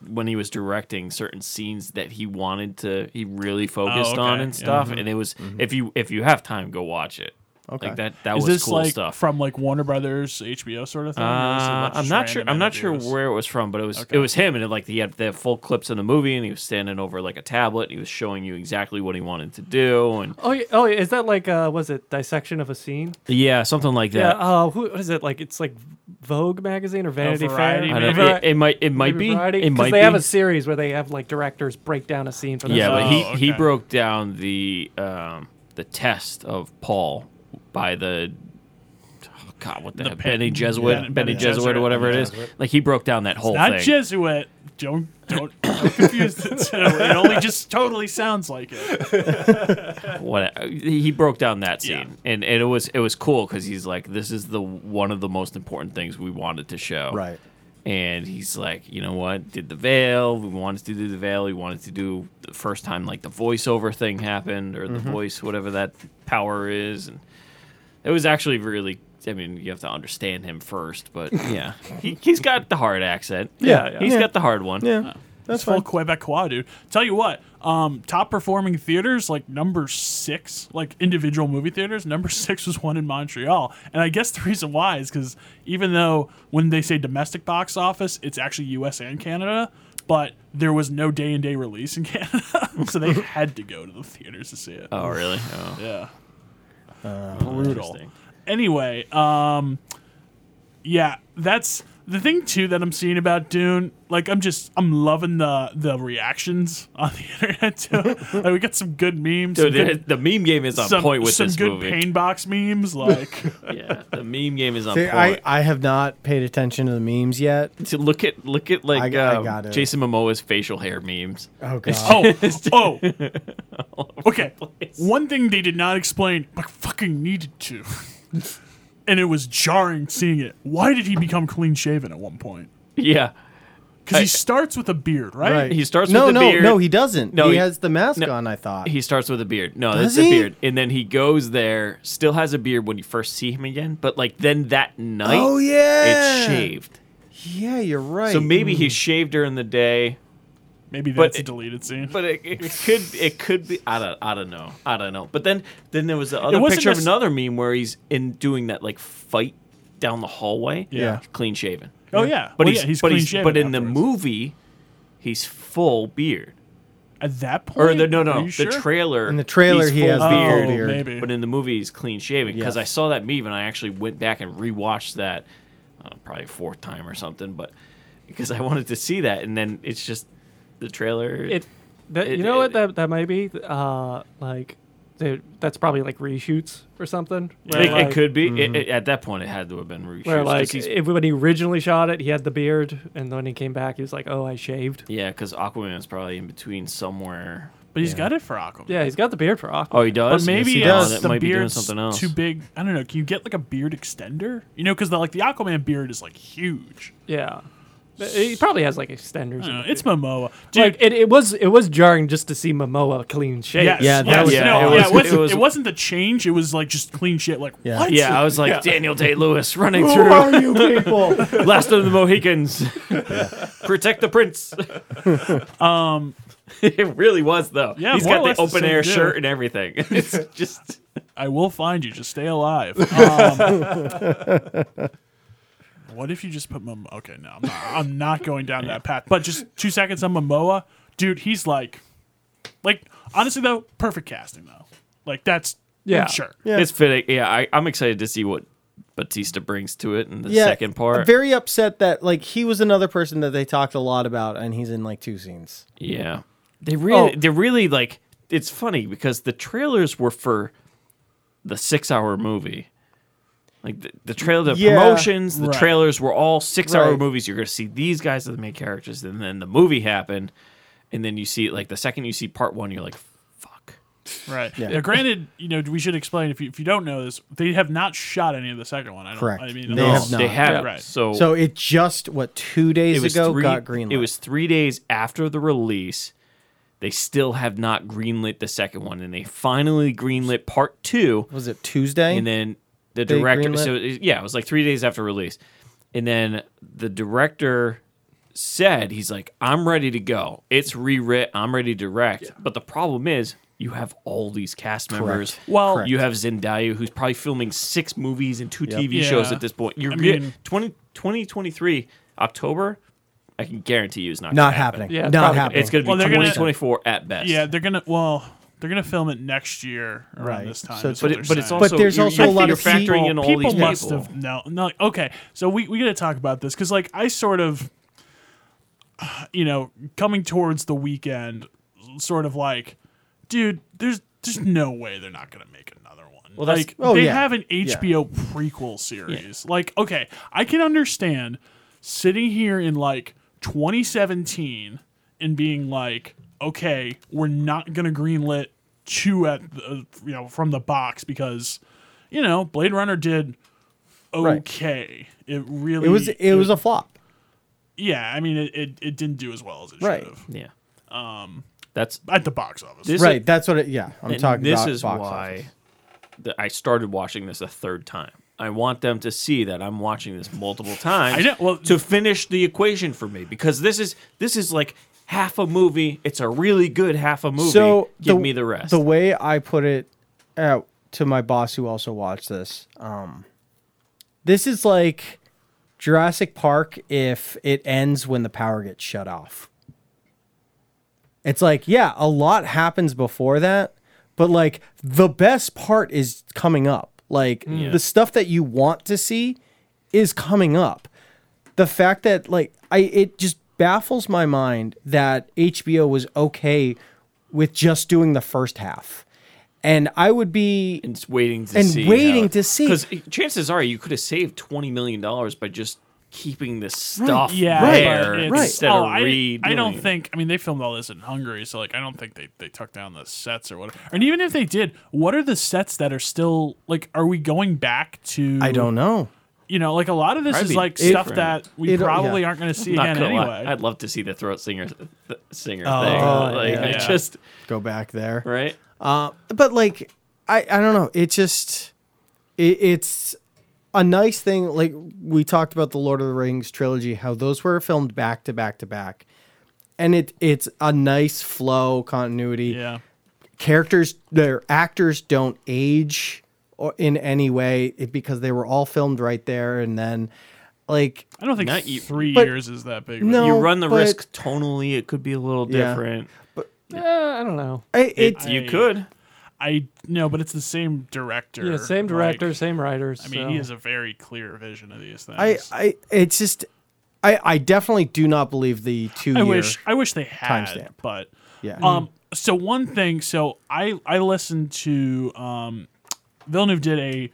F: when he was directing certain scenes that he wanted to he really focused on
H: okay.
F: and
H: Yeah.
F: stuff and it was if you if you have time go watch it.
I: Okay.
F: Like that that
H: Is
F: was
H: this
F: cool
H: like
F: stuff.
H: from like Warner Brothers, HBO sort of thing? or is it,
F: uh,
H: like,
F: I'm
H: just
F: not sure.
H: random
F: I'm not sure
H: interviews?
F: where it was from, but it was
H: Okay.
F: it was him, and it, like he had the full clips in the movie, and he was standing over like a tablet. And he was showing you exactly what he wanted to do, and
G: Oh, yeah, oh, yeah, is that like uh, was it dissection of a scene?
F: yeah, something like that.
G: Uh, who, what is it like? It's like Vogue magazine
I: Oh,
G: or Vanity Fair.
H: Variety,
F: I don't
H: maybe-
F: know. It, it might it might be
G: Variety?
F: it
G: 'Cause
F: might
G: they
F: be.
G: have a series where they have like directors break down a scene for
F: Yeah,
G: themselves.
F: but he,
H: Oh,
F: he
H: okay.
F: broke down the um, the test of Paul by the oh, God, what the, heck?
H: pen-
F: Benny Jesuit,
H: yeah,
F: Benny
H: Benny
F: Jesuit,
H: Jesuit,
F: or whatever it
H: Benny
F: is. Like he broke down that whole
H: Not
F: thing.
H: Jesuit. Don't don't, don't confuse the two. It only just totally sounds like it.
F: what he he broke down that scene,
H: Yeah.
F: and, and it was it was cool because he's like, this is the one of the most important things we wanted to show,
I: Right.
F: And he's like, you know what? Did the veil? We wanted to do the veil. We wanted to do the first time like the voiceover thing happened, or the voice, whatever that power is, and it was actually really. I mean, you have to understand him first, but yeah, he, he's got the hard accent.
I: Yeah, yeah.
F: he's
I: Yeah.
F: got the hard one.
I: Yeah,
H: It's
I: that's
H: full
I: fine.
H: Quebecois, dude. Tell you what, um, top performing theaters like number six, like individual movie theaters. Number six was one in Montreal, and I guess the reason why is because even though when they say domestic box office, it's actually U.S. and Canada, but there was no day and day release in Canada, so they had to go to the theaters to see it.
F: Oh, really? Oh,
H: Yeah. Brutal.
F: interesting.
H: Anyway, um, yeah, that's the thing too that I'm seeing about Dune. Like, I'm just I'm loving the the reactions on the internet too. like, we got some good memes.
F: Dude,
H: some good,
F: the, the meme game is on
H: some,
F: point with
H: some
F: this
H: good
F: movie.
H: pain box memes. Like,
F: yeah, the meme game is on
I: See,
F: point.
I: I, I have not paid attention to the memes yet.
F: to look at look at like
I: I- I
F: um,
I: got it.
F: Jason Momoa's facial hair memes.
I: Oh god.
H: oh, oh, okay. One thing they did not explain, but fucking needed to, and it was jarring seeing it. Why did he become clean shaven at one point?
F: Yeah,
H: Because
F: I-
H: he starts with a beard, right?
I: Right.
F: Oh, he starts
I: no,
F: with the
I: no,
F: beard.
I: No, he doesn't.
F: No,
I: he,
F: he-
I: has the mask
F: no,
I: on. I thought.
F: he starts with a beard. No,
I: Does
F: that's the
I: he?
F: beard, and then he goes there, still has a beard when you first see him again. But like then that night,
I: Oh, yeah.
F: it's shaved.
I: yeah, you're right. Hmm.
F: So maybe he shaved during the day,
H: Maybe
F: But
H: that's a
F: it-
H: deleted scene.
F: but it, it could it could be I don't I don't know I don't know. But then then there was the other
H: wasn't
F: picture of
H: necess-
F: another meme where he's in doing that like fight down the hallway.
I: Yeah.
F: clean shaven.
H: oh yeah,
F: But
H: Well,
F: he's,
H: yeah, he's
F: but,
H: clean
F: he's
H: shaven
F: but in the
H: afterwards.
F: movie, he's full beard.
H: at that point,
F: Or the no no
H: Are
F: no, the
H: you sure?
F: trailer.
I: in the trailer
F: he's
I: he
F: full
I: has the
H: Oh,
F: beard,
I: full beard.
H: maybe.
F: but in the movie he's clean shaven. Because I
I: Yes.
F: saw that meme and I actually went back and rewatched that, uh, probably fourth time or something. But because I wanted to see that, and then it's just the trailer.
G: it, that,
F: It-
G: you know
F: it-
G: what that that might be uh like they, that's probably like reshoots or something where,
F: it, it
G: like,
F: could be
I: Mm-hmm.
F: it- it- at that point. It had to have been reshoots.
G: where
F: 'cause
G: like
F: he's-
G: if, when he originally shot it he had the beard and then when he came back he was like oh i shaved
F: yeah, because Aquaman's probably in between somewhere.
H: But he's got it for Aquaman.
G: yeah he's got the beard for Aquaman.
F: Oh, he does.
H: But maybe
F: yes, he
H: it's
F: does. It
H: the
F: might be doing
H: beard's
F: something else.
H: too big. I don't know. Can you get like a beard extender? You know, because the, like the Aquaman beard is like huge.
G: yeah But he probably has like extenders
H: I
G: in
H: don't know.
G: it.
H: It's Momoa, dude.
G: like it, it was it was jarring just to see Momoa clean shaved.
H: yes,
I: Yeah, that
H: yes,
I: was-
H: no,
I: yeah,
H: yeah, it,
I: it was-
H: wasn't,
F: it
H: it,
F: was-
H: was, not the change. It was like just clean shit. Like
I: Yeah.
H: what?
F: yeah, I was like Daniel Day Lewis running
I: Who
F: through.
I: are you people?
F: Last of the Mohicans. Protect the prince. um, it really was though.
H: Yeah,
F: he's
H: more
F: got
H: or
F: the
H: less the
F: open air
H: same
F: shirt
H: deal.
F: and everything. It's just
H: I will find you. Just stay alive. Um, What if you just put Momoa? Okay, no, I'm not, I'm not going down that path. But just two seconds on Momoa, dude. He's like, like honestly though, perfect casting though. Like that's
G: Yeah.
H: sure.
I: Yeah.
F: It's fitting. Yeah, I, I'm excited to see what Batista brings to it in the second part.
I: Very upset that like he was another person that they talked a lot about, and he's in like two scenes.
F: yeah, they really,
G: Oh.
F: they really like. It's funny because the trailers were for the six-hour movie. Like the, the trail, the
I: Yeah.
F: promotions, the
H: Right.
F: trailers were all six-hour
I: Right.
F: movies. You're gonna see these guys are the main characters, and then the movie happened, and then you see like the second you see part one, you're like, fuck.
H: Right. Now, granted, you know, we should explain if you, if you don't know this, they have not shot any of the second one. I don't,
I: Correct.
H: I mean,
I: They
H: unless-
I: have not.
F: They haven't.
H: Right.
F: So,
I: So it just what two days ago got greenlit.
F: Oh. It was three days after the release. They still have not greenlit the second one, and they finally greenlit part two.
I: was it Tuesday?
F: And then the
I: They
F: director,
I: greenlit?
F: so it- yeah, it was like three days after release. And then the director said, he's like, I'm ready to go. It's rewrit. I'm ready to direct. But the problem is, you have all these cast members.
H: Well-
F: you have Zendaya, who's probably filming six movies and two TV shows
H: Yeah.
F: at this point. You're
H: I
F: get-
H: mean-
F: 20, 2023, October, I can guarantee you it's not,
I: not
F: gonna happen.
I: happening.
G: Yeah, it's
I: not
G: probably-
I: happening.
F: It's going to be
H: Well, they're gonna-
F: 2024 at best.
H: Yeah, they're gonna. Well, they're gonna film it next year around
I: Right.
H: this time.
I: So
H: is
I: it's-
H: what
F: But, it,
H: they're
F: but it's
H: saying.
F: also,
I: But there's
F: you're-
I: also
F: you're-
I: a lot
F: you're
I: of
F: factoring in all
H: people
F: these
H: must
F: people.
H: have no, no. Okay, so we we got to talk about this because like I sort of, you know, coming towards the weekend, sort of like, dude, there's there's no way they're not gonna make another one.
F: that's-
H: like
I: oh,
H: they
I: yeah.
H: have an HBO prequel series. Like, okay, I can understand sitting here in like 2017 and being like, okay, we're not gonna greenlit two at the, you know from the box because you know Blade Runner did
I: Right.
H: okay. It really
I: it was it was a flop.
H: yeah. I mean it, it, it didn't do as well as it
I: Right.
H: should have
F: Yeah. Um, That's
H: at the box office.
F: this
I: Right. That's what it. Yeah, I'm
F: and
I: talking
F: this
I: about.
F: is
I: box
F: why
I: office.
F: that I started watching this a third time. I want them to see that I'm watching this multiple times
H: I know, well-
F: to finish the equation for me because this is this is like half a movie. It's a really good half a movie.
I: So
F: give me the rest.
I: The way I put it out to my boss who also watched this, um, this is like Jurassic Park if it ends when the power gets shut off. It's like, yeah, a lot happens before that, but like the best part is coming up. Like the stuff that you want to see is coming up. The fact that like I it just baffles my mind that HBO was okay with just doing the first half. And I would be
F: and it's waiting to
I: and
F: see
I: waiting to see.
F: because chances are you could have saved twenty million dollars by just keeping this stuff
H: yeah, but
F: there
H: it's-
F: instead
H: oh,
F: of re.
H: I, I don't think. I mean, they filmed all this in Hungary, so like, I don't think they, they took down the sets or whatever. And even if they did, what are the sets that are still like? Are we going back to?
I: I don't know.
H: You know, like a lot of this
F: Probably
H: is like
F: different.
H: stuff that we
I: It'll-
H: probably
I: uh, yeah.
H: aren't going to see
F: Not
H: again
F: gonna
H: anyway.
F: lie, I'd love to see the throat singer th- singer thing. Like,
I: Oh, yeah.
F: I just
I: Go back there.
F: right.
I: but like I, I don't know it just it, it's a nice thing like we talked about the lord of the rings trilogy how those were filmed back to back to back and it it's a nice flow continuity
H: yeah.
I: characters their actors don't age or in any way it, because they were all filmed right there and then like
H: I don't think
F: Not you-
H: three
I: but-
H: years is that big. of a-
I: no
F: you run the
I: but
F: risk tonally it could be a little
I: Yeah.
F: different
G: Eh, I don't know.
I: I- it,
F: It- you
H: I-
F: could
H: I no, but it's the same director.
G: Yeah, same
H: like,
G: director, same writers.
H: I mean, he has a very clear vision of these things.
I: I, I it's just I, I definitely do not believe the two
H: I
I: year
H: wish I wish they had,
I: timestamp.
H: but
I: yeah
H: um. So one thing, so I I listened to um, Villeneuve did a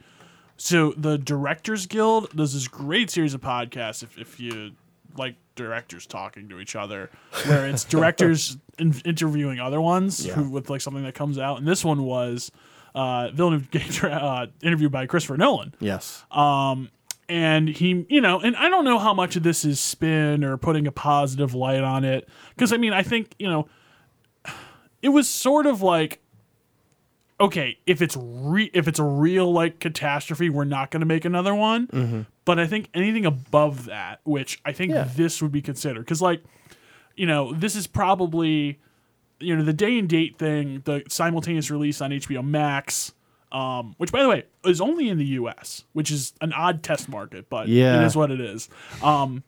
H: so the Directors Guild does this great series of podcasts. If if you like directors talking to each other, where it's directors in, interviewing other ones who, with like something that comes out, and this one was uh, Villeneuve gave uh, interviewed by Christopher Nolan
I: yes
H: um, and he you know and i don't know how much of this is spin or putting a positive light on it because i mean i think you know it was sort of like okay if it's re- if it's a real like catastrophe we're not going to make another one but i think anything above that which i think this would be considered because like you know this is probably you know the day and date thing the simultaneous release on hbo max um, which by the way is only in the U.S., which is an odd test market, but
I: Yeah.
H: it is what it is. Um,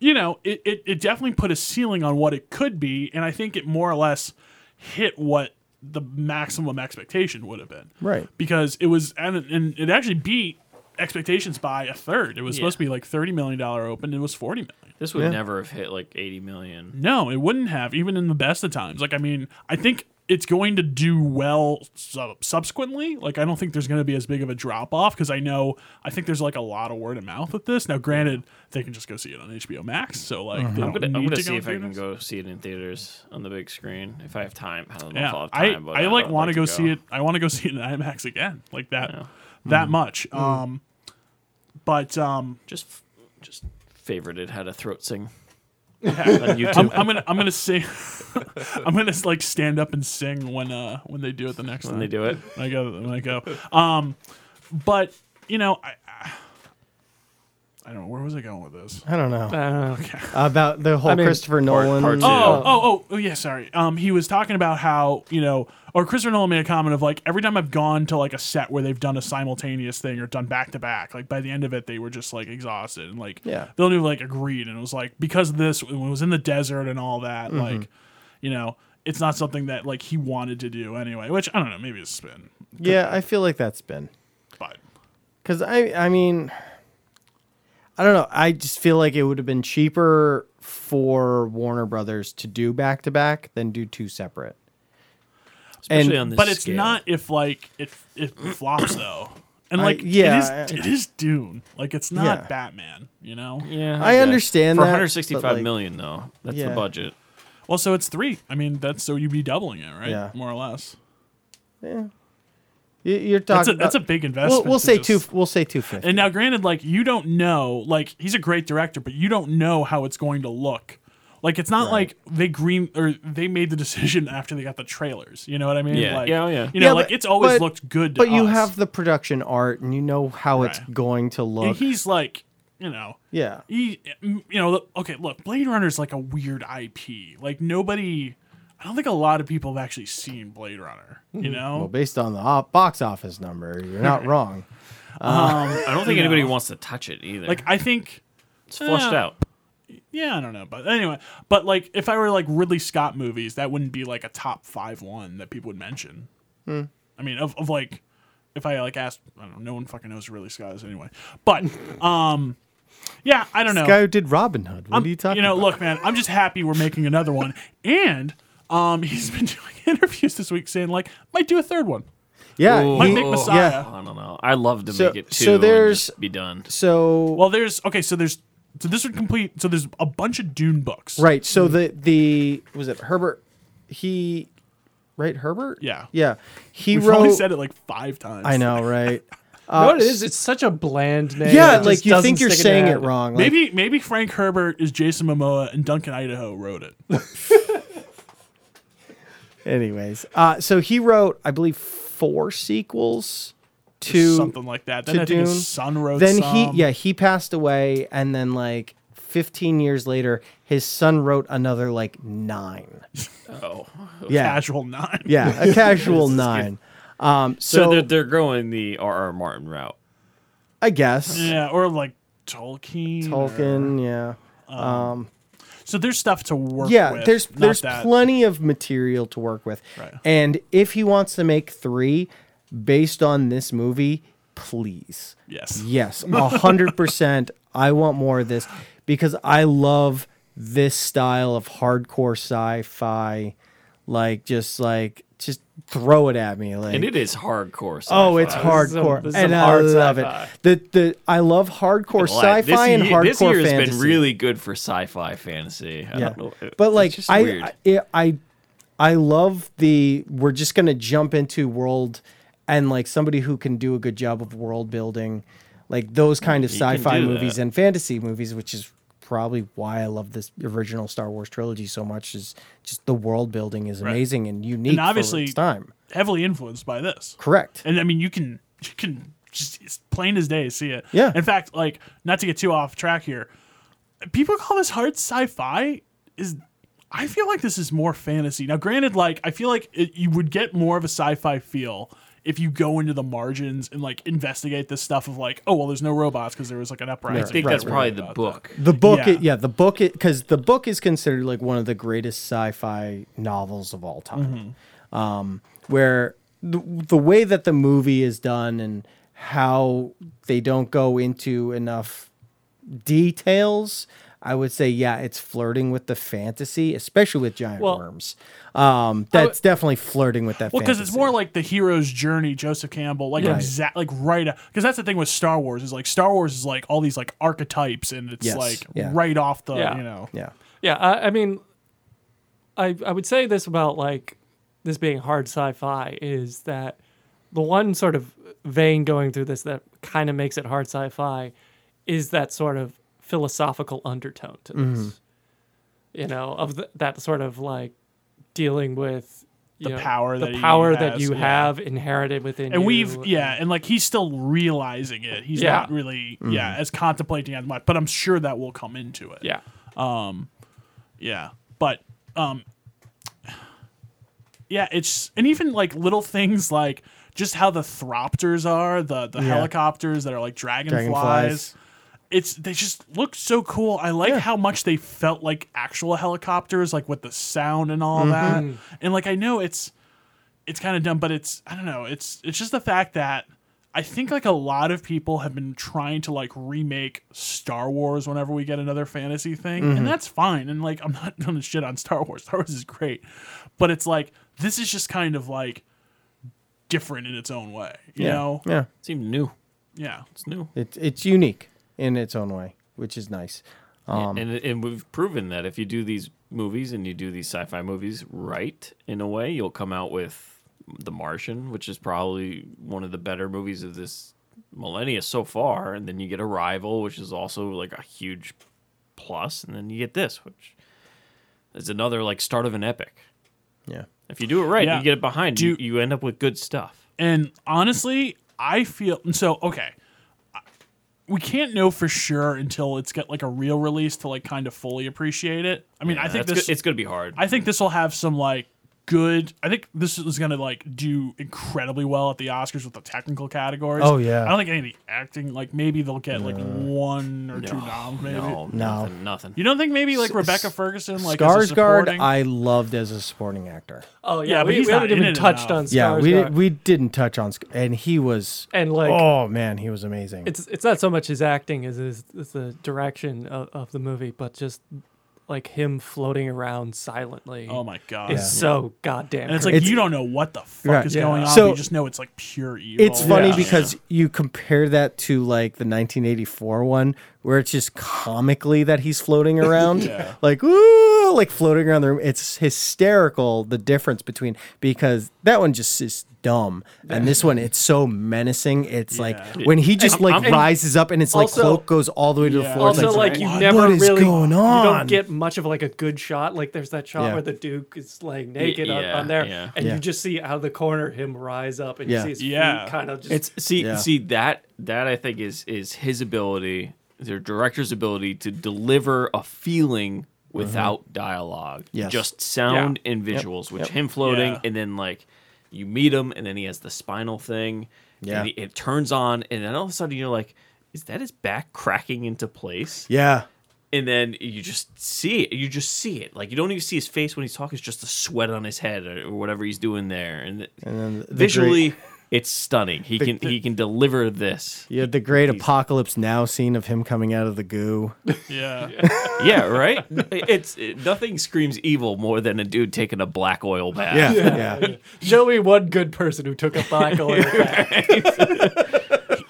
H: you know, it, it, it definitely put a ceiling on what it could be, and I think it more or less hit what the maximum expectation would have been.
I: Right.
H: Because it was, and, and it actually beat expectations by a third. It was supposed to be like $30 million open, and it was $40 million.
F: This would never have hit like 80 million.
H: No, it wouldn't have, even in the best of times. Like, I mean, I think it's going to do well sub- subsequently. Like, I don't think there's going to be as big of a drop off because I know, I think there's like a lot of word of mouth with this. Now, granted, they can just go see it on HBO Max. So, like, they
F: I'm
H: don't
F: gonna, I'm
H: need
F: gonna
H: to
F: see
H: go
F: if I can
H: theaters.
F: go see it in theaters on the big screen if I have time. I don't know
H: Yeah,
F: if I'll have
H: I,
F: time, but
H: I like
F: would
H: want to go,
F: to
H: see it. I want to go see it in IMAX again, like that, that much.
F: Mm.
H: Um, but um,
F: Just, f- just favored it had a throat sing. on YouTube.
H: I'm, I'm gonna I'm gonna sing. I'm gonna like stand up and sing when uh when they do it the next
F: when
H: time.
F: they do it.
H: I go. When I go. Um, but you know, I, I don't know where was I going with this.
I: I don't know
G: Uh,
I: about the whole
G: I mean,
I: Christopher Nolan.
F: part two.
H: Oh, oh, oh, oh, yeah. Sorry. Um, he was talking about how you know, or Christopher Nolan made a comment of like every time I've gone to like a set where they've done a simultaneous thing or done back to back, like by the end of it they were just like exhausted and like
I: Yeah.
H: Villeneuve like agreed and it was like because of this when it was in the desert and all that like, you know, it's not something that like he wanted to do anyway. Which I don't know, maybe it's a spin,
I: yeah, I feel like that's been
H: but
I: because I I mean I don't know. I just feel like it would have been cheaper for Warner Brothers to do back to back than do two separate.
F: Especially
I: and-
F: on this
H: but it's
F: scale.
H: not if like it it flops though. And
I: I-
H: like
I: yeah,
H: it is, it is Dune. Like it's not
I: Yeah.
H: Batman, you know.
F: Yeah,
I: I
F: guess.
I: understand
F: for
I: that, but,
F: 165
I: like-
F: million though. That's
I: Yeah.
F: the budget.
H: Well, so it's three. I mean, that's so you'd be doubling it, right?
I: Yeah.
H: More or less.
I: You- You're
H: That's a,
I: talking.
H: that's a
I: about-
H: big
I: We'll,
H: investment.
I: we'll
H: to
I: say
H: just-
I: two. We'll say two fifty.
H: And now, granted, like you don't know, like he's a great director, but you don't know how it's going to look. Like it's not like they green or they made the decision after they got the trailers. You know what I mean?
F: Yeah.
H: Like,
F: Yeah, oh, yeah.
H: You know,
I: Yeah,
H: like
I: but-
H: it's always
I: but-
H: looked good. To
I: But you
H: us.
I: have the production art, and you know how it's
H: Right.
I: going to look.
H: And he's like, you know,
I: yeah.
H: he, E, you know, look- okay, look, Blade Runner is like a weird IP. Like nobody, I don't think a lot of people have actually seen Blade Runner.
F: Mm-hmm.
H: You know,
I: Well, based on the op- box office number, you're not wrong.
F: I don't think anybody wants to touch it either.
H: like
F: Like
H: I think
F: it's flushed
H: Yeah.
F: out.
H: Yeah, I don't know, but anyway, but like if I were like Ridley Scott movies, that wouldn't be like a top five one that people would mention.
F: Hmm.
H: I mean, of, of like if I like asked, I don't know, no one fucking knows who Ridley Scott is anyway. But um, yeah, I don't know.
I: This guy who did Robin Hood. What
H: I'm-
I: are you talking?
H: know,
I: about?
H: look, man, I'm just happy we're making another one, and um, he's been doing interviews this week saying like might do a third one.
I: yeah.
H: Might
I: he-
H: make Messiah.
I: yeah.
F: I don't know. I love to
I: So-
F: make it
I: so
F: two. So
I: there's-
F: there's be done.
I: So
H: Well, there's okay, so there's so this would complete. So there's a bunch of Dune books.
I: right. So the the was it Herbert? He, right? Herbert?
H: Yeah.
I: Yeah. He
H: We've only
I: wrote.
H: said it like five times.
I: I know, right?
G: what it is? It's such a bland name.
I: Uh, Yeah,
G: it
I: like
G: just
I: you think
G: doesn't
I: you're
G: stick in
I: saying
G: your
I: it
G: head.
I: wrong. Like,
H: Maybe maybe Frank Herbert is Jason Momoa and Duncan Idaho wrote it.
I: Anyways, uh, so he wrote, I believe, four sequels to
H: something like that. Then
I: to
H: I think
I: Dune.
H: his son wrote
I: Then
H: some.
I: he, yeah, he passed away, and then like 15 years later, his son wrote another like nine.
F: Oh,
I: Yeah,
H: Casual nine.
I: yeah, a casual nine. Um,
F: so,
I: so
F: they're, they're going the R.R. Martin route.
I: I guess
H: Yeah, or like Tolkien. or-
I: Tolkien, yeah,
H: So there's stuff to work
I: yeah.
H: with.
I: there's
H: not
I: there's
H: that.
I: plenty of material to work with,
H: Right.
I: and if he wants to make three based on this movie, please.
H: Yes.
I: Yes, a hundred percent. I want more of this because I love this style of hardcore sci-fi, like just like just throw it at me, like
F: And it is hardcore.
I: oh, it's
F: sci-fi.
G: This is some-
I: hardcore,
G: this is
I: and
G: some
I: I
G: hard
I: love
G: sci-fi.
I: it. The the I love hardcore
F: Like, this
I: sci-fi and
F: ye-
I: hardcore
F: This year has
I: fantasy.
F: been really good for sci-fi fantasy. I
I: yeah,
F: don't know. It-
I: but
F: it's
I: like
F: just weird.
I: I, I I I love the we're just gonna jump into world and like somebody who can do a good job of world building, like those kind of
F: You can
I: sci-fi
F: do
I: movies
F: that.
I: and fantasy movies, which is probably why I love this original Star Wars trilogy so much. Is just the world building is amazing and unique
H: And obviously-
I: for its time.
H: Heavily influenced by this.
I: Correct.
H: And I mean, you can you can just it's plain as day see it.
I: Yeah.
H: In fact, like not to get too off track here, people call this hard sci-fi. Is I feel like this is more fantasy. Now, granted, like I feel like it, you would get more of a sci-fi feel if you go into the margins and like investigate this stuff of like, oh well, there's no robots because there was like an uprising.
F: I think
H: Right,
F: that's
H: right,
F: probably
H: right
F: the
H: about
F: book.
I: The book, yeah,
H: Yeah.
I: the book, because the book is considered like one of the greatest sci-fi novels of all time.
H: Mm-hmm.
I: Um, where the, the way that the movie is done and how they don't go into enough details, I would say, yeah, it's flirting with the fantasy, especially with giant
G: Well-
I: worms. Um, that's definitely flirting with that.
H: Well, because it's
I: fantasy.
H: more like the hero's journey, Joseph Campbell, like
I: Right.
H: exact, like right. Because that's the thing with Star Wars is like Star Wars is like all these like archetypes, and it's
I: Yes,
H: like
I: yeah.
H: right off the
G: Yeah.
H: you know.
I: yeah,
G: Yeah, I, I mean, I I would say this about like this being hard sci-fi is that the one sort of vein going through this that kind of makes it hard sci-fi is that sort of philosophical undertone to this.
H: Mm-hmm.
G: You know, of th that sort of like dealing with you
H: The
G: know,
H: power
G: the
H: that he
G: power that
H: has,
G: you
H: yeah.
G: have inherited within
H: And
G: you,
H: we've yeah, and like he's still realizing it. He's
G: Yeah.
H: not really
I: Mm-hmm.
H: yeah as contemplating as much, but I'm sure that will come into it. Um,
G: yeah
H: Yeah. But um yeah, it's and even like little things like just how the thropters are, the the helicopters that are like dragonflies.
I: Dragonflies.
H: It's they just look so cool. I like how much they felt like actual helicopters, like with the sound and all that. And like I know it's it's kind of dumb, but it's I don't know. It's it's just the fact that I think like a lot of people have been trying to like remake Star Wars whenever we get another fantasy thing, and that's fine. And like I'm not gonna shit on Star Wars. Star Wars is great, but it's like this is just kind of like different in its own way, you
I: yeah,
H: know?
I: yeah.
F: Seemed new.
H: Yeah.
F: It's new.
I: It's it's unique in its own way, which is nice.
H: Um,
F: and and we've proven that if you do these movies and you do these sci-fi movies right in a way, you'll come out with The Martian, which is probably one of the better movies of this millennia so far, and then you get Arrival, which is also like a huge plus, and then you get this, which is another like start of an epic.
I: Yeah.
F: If you do it right,
H: Yeah.
F: you get it behind you,
H: Do-
F: you end up with good stuff.
H: And honestly, I feel and so okay. I- We can't know for sure until it's got like a real release to like kind of fully appreciate it. I mean, I think
F: That's
H: this
F: go- it's going to be hard.
H: I think this will have some like good. I think this is gonna like do incredibly well at the Oscars with the technical categories.
I: Oh, yeah.
H: I don't think any of the acting. Like maybe they'll get like one or two noms. Maybe
F: no, nothing, nothing.
H: you don't think maybe like Rebecca Ferguson like as a
I: Skarsgård,
H: supporting-
I: I loved as a supporting actor.
G: oh yeah,
H: Yeah, but
G: we,
H: he's
G: we
H: not
G: haven't
H: in
G: even
H: it
G: touched
H: enough.
G: on
I: Yeah, we
G: Skarsgård.
I: did, we didn't touch on, Sk- and he was,
G: and like
I: oh man, he was amazing.
G: it's it's not so much his acting as is is the direction of, of the movie, but just like him floating around silently
H: Oh my god.
G: is so goddamn.
H: And it's like
I: It's-
H: you don't know what the fuck
I: Right.
H: is
I: Yeah.
H: going on.
I: So-
H: you just know it's like pure evil.
I: It's funny
H: Oh, Yeah.
I: because you compare that to like the 1984 one, where it's just comically that he's floating around, like ooh, like floating around the room. It's hysterical the difference between because that one just is dumb, and this one it's so menacing. It's like when he just like rises up and it's like
G: also-
I: cloak goes all the way to the
H: Yeah.
I: floor. It's
G: also like you
I: "What
G: never
I: is
G: really
I: going
G: you
I: on?"
G: don't get much of like a good shot. Like there's that shot
I: Yeah.
G: where the Duke is like naked on,
F: yeah,
G: on there,
F: yeah.
G: and
I: Yeah.
G: you just see out of the corner him rise up, and
I: Yeah.
G: you see his
H: Yeah.
G: feet kind of just.
F: It's see
I: Yeah.
F: see that that I think is is his ability, their director's ability to deliver a feeling without dialogue,
I: Mm-hmm. Yes.
F: just sound and visuals, which him floating
H: Yeah.
F: and then like you meet him and then he has the spinal thing,
I: Yeah.
F: and he, it turns on and then all of a sudden you're like, is that his back cracking into place?
I: yeah.
F: and then you just see it. You just see it. Like you don't even see his face when he's talking. It's just the sweat on his head or, or whatever he's doing there. And,
I: then the
F: visually, it's stunning. He can he can deliver this.
I: Yeah, the great apocalypse now scene of him coming out of the goo.
H: yeah.
F: Yeah, right. It's it- nothing screams evil more than a dude taking a black oil bath.
I: yeah.
G: show me one good person who took a black oil.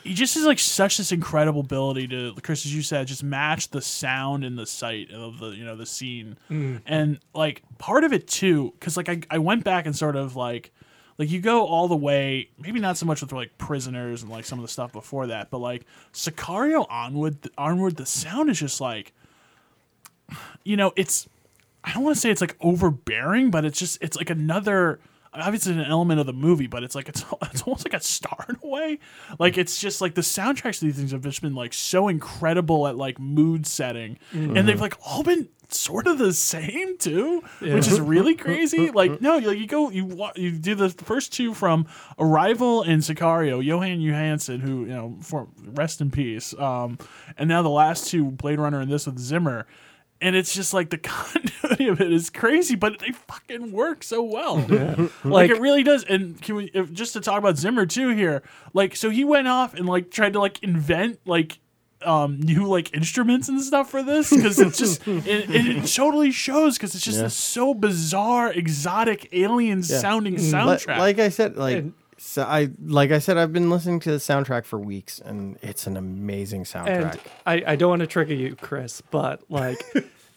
H: he just has like such this incredible ability to chris as you said just match the sound and the sight of the you know the scene and like part of it too because like I, I went back and sort of like like you go all the way maybe not so much with like prisoners and like some of the stuff before that but like sicario onward onward the sound is just like you know it's I don't want to say it's like overbearing, but it's just it's like another obviously an element of the movie, but it's like it's it's almost like a star in a way. Like it's just like the soundtracks to these things have just been like so incredible at like mood setting, and they've like all been sort of the same too, which is really crazy. Like no, you, you go you wa- you do the first two from Arrival and Sicario, Johan Johansson, who you know for rest in peace, um, and now the last two Blade Runner and this with Zimmer. And it's just like the continuity of it is crazy, but they fucking work so well. Like,
G: Like-
H: it really does. And can we if, just to talk about Zimmer too here? Like, so he went off and like tried to like invent like um new like instruments and stuff for this because it's just it, it, it totally shows because it's just this so bizarre, exotic, alien sounding
I: Mm, Li-
H: soundtrack.
I: like I said, like
G: And-
I: so I like I said, I've been listening to the soundtrack for weeks, and it's an amazing soundtrack.
G: And I, I don't want to trigger you, Chris, but like,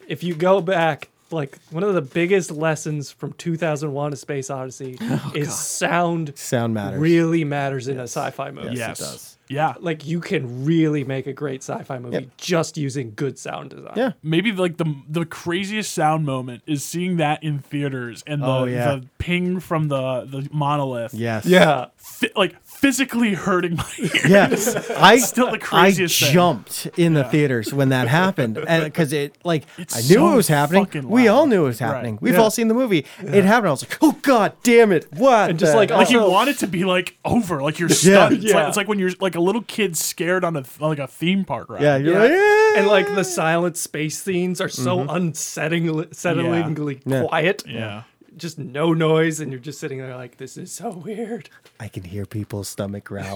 G: if you go back, like one of the biggest lessons from 2001: A Space Odyssey is sound.
I: Sound Oh, matters.
G: really matters in a sci-fi movie.
H: yes,
I: does.
H: yeah.
G: Like you can really make a great sci-fi movie just using good sound design.
I: Yeah.
H: Maybe like the the craziest sound moment is seeing that in theaters and the,
I: Oh, yeah.
H: the ping from the the monolith,
I: Yes.
G: Yeah.
H: Fi- like physically hurting my ear.
I: Yes. I
H: Still the craziest
I: I
H: thing.
I: jumped in the theaters when that happened, and because it like
H: It's
I: I knew
H: so
I: it was happening.
H: fucking
I: We all
H: loud.
I: knew it was happening.
H: Right.
I: We've all seen the movie. It happened. I was like, oh god, damn it! What?
G: And just
I: the
G: like
H: Like you
G: Also-
H: want it to be like over, like you're stunned. It's, like,
G: yeah.
H: it's like when you're like a little kid scared on a like a theme park ride.
I: yeah, you're
G: Yeah.
I: like, "Yeah."
G: And like the silent space scenes are so unsettlingly settlingly
I: Mm-hmm. Yeah.
G: quiet.
H: yeah.
G: Just no noise and you're just sitting there like this is so weird.
I: I can hear people's stomach growl.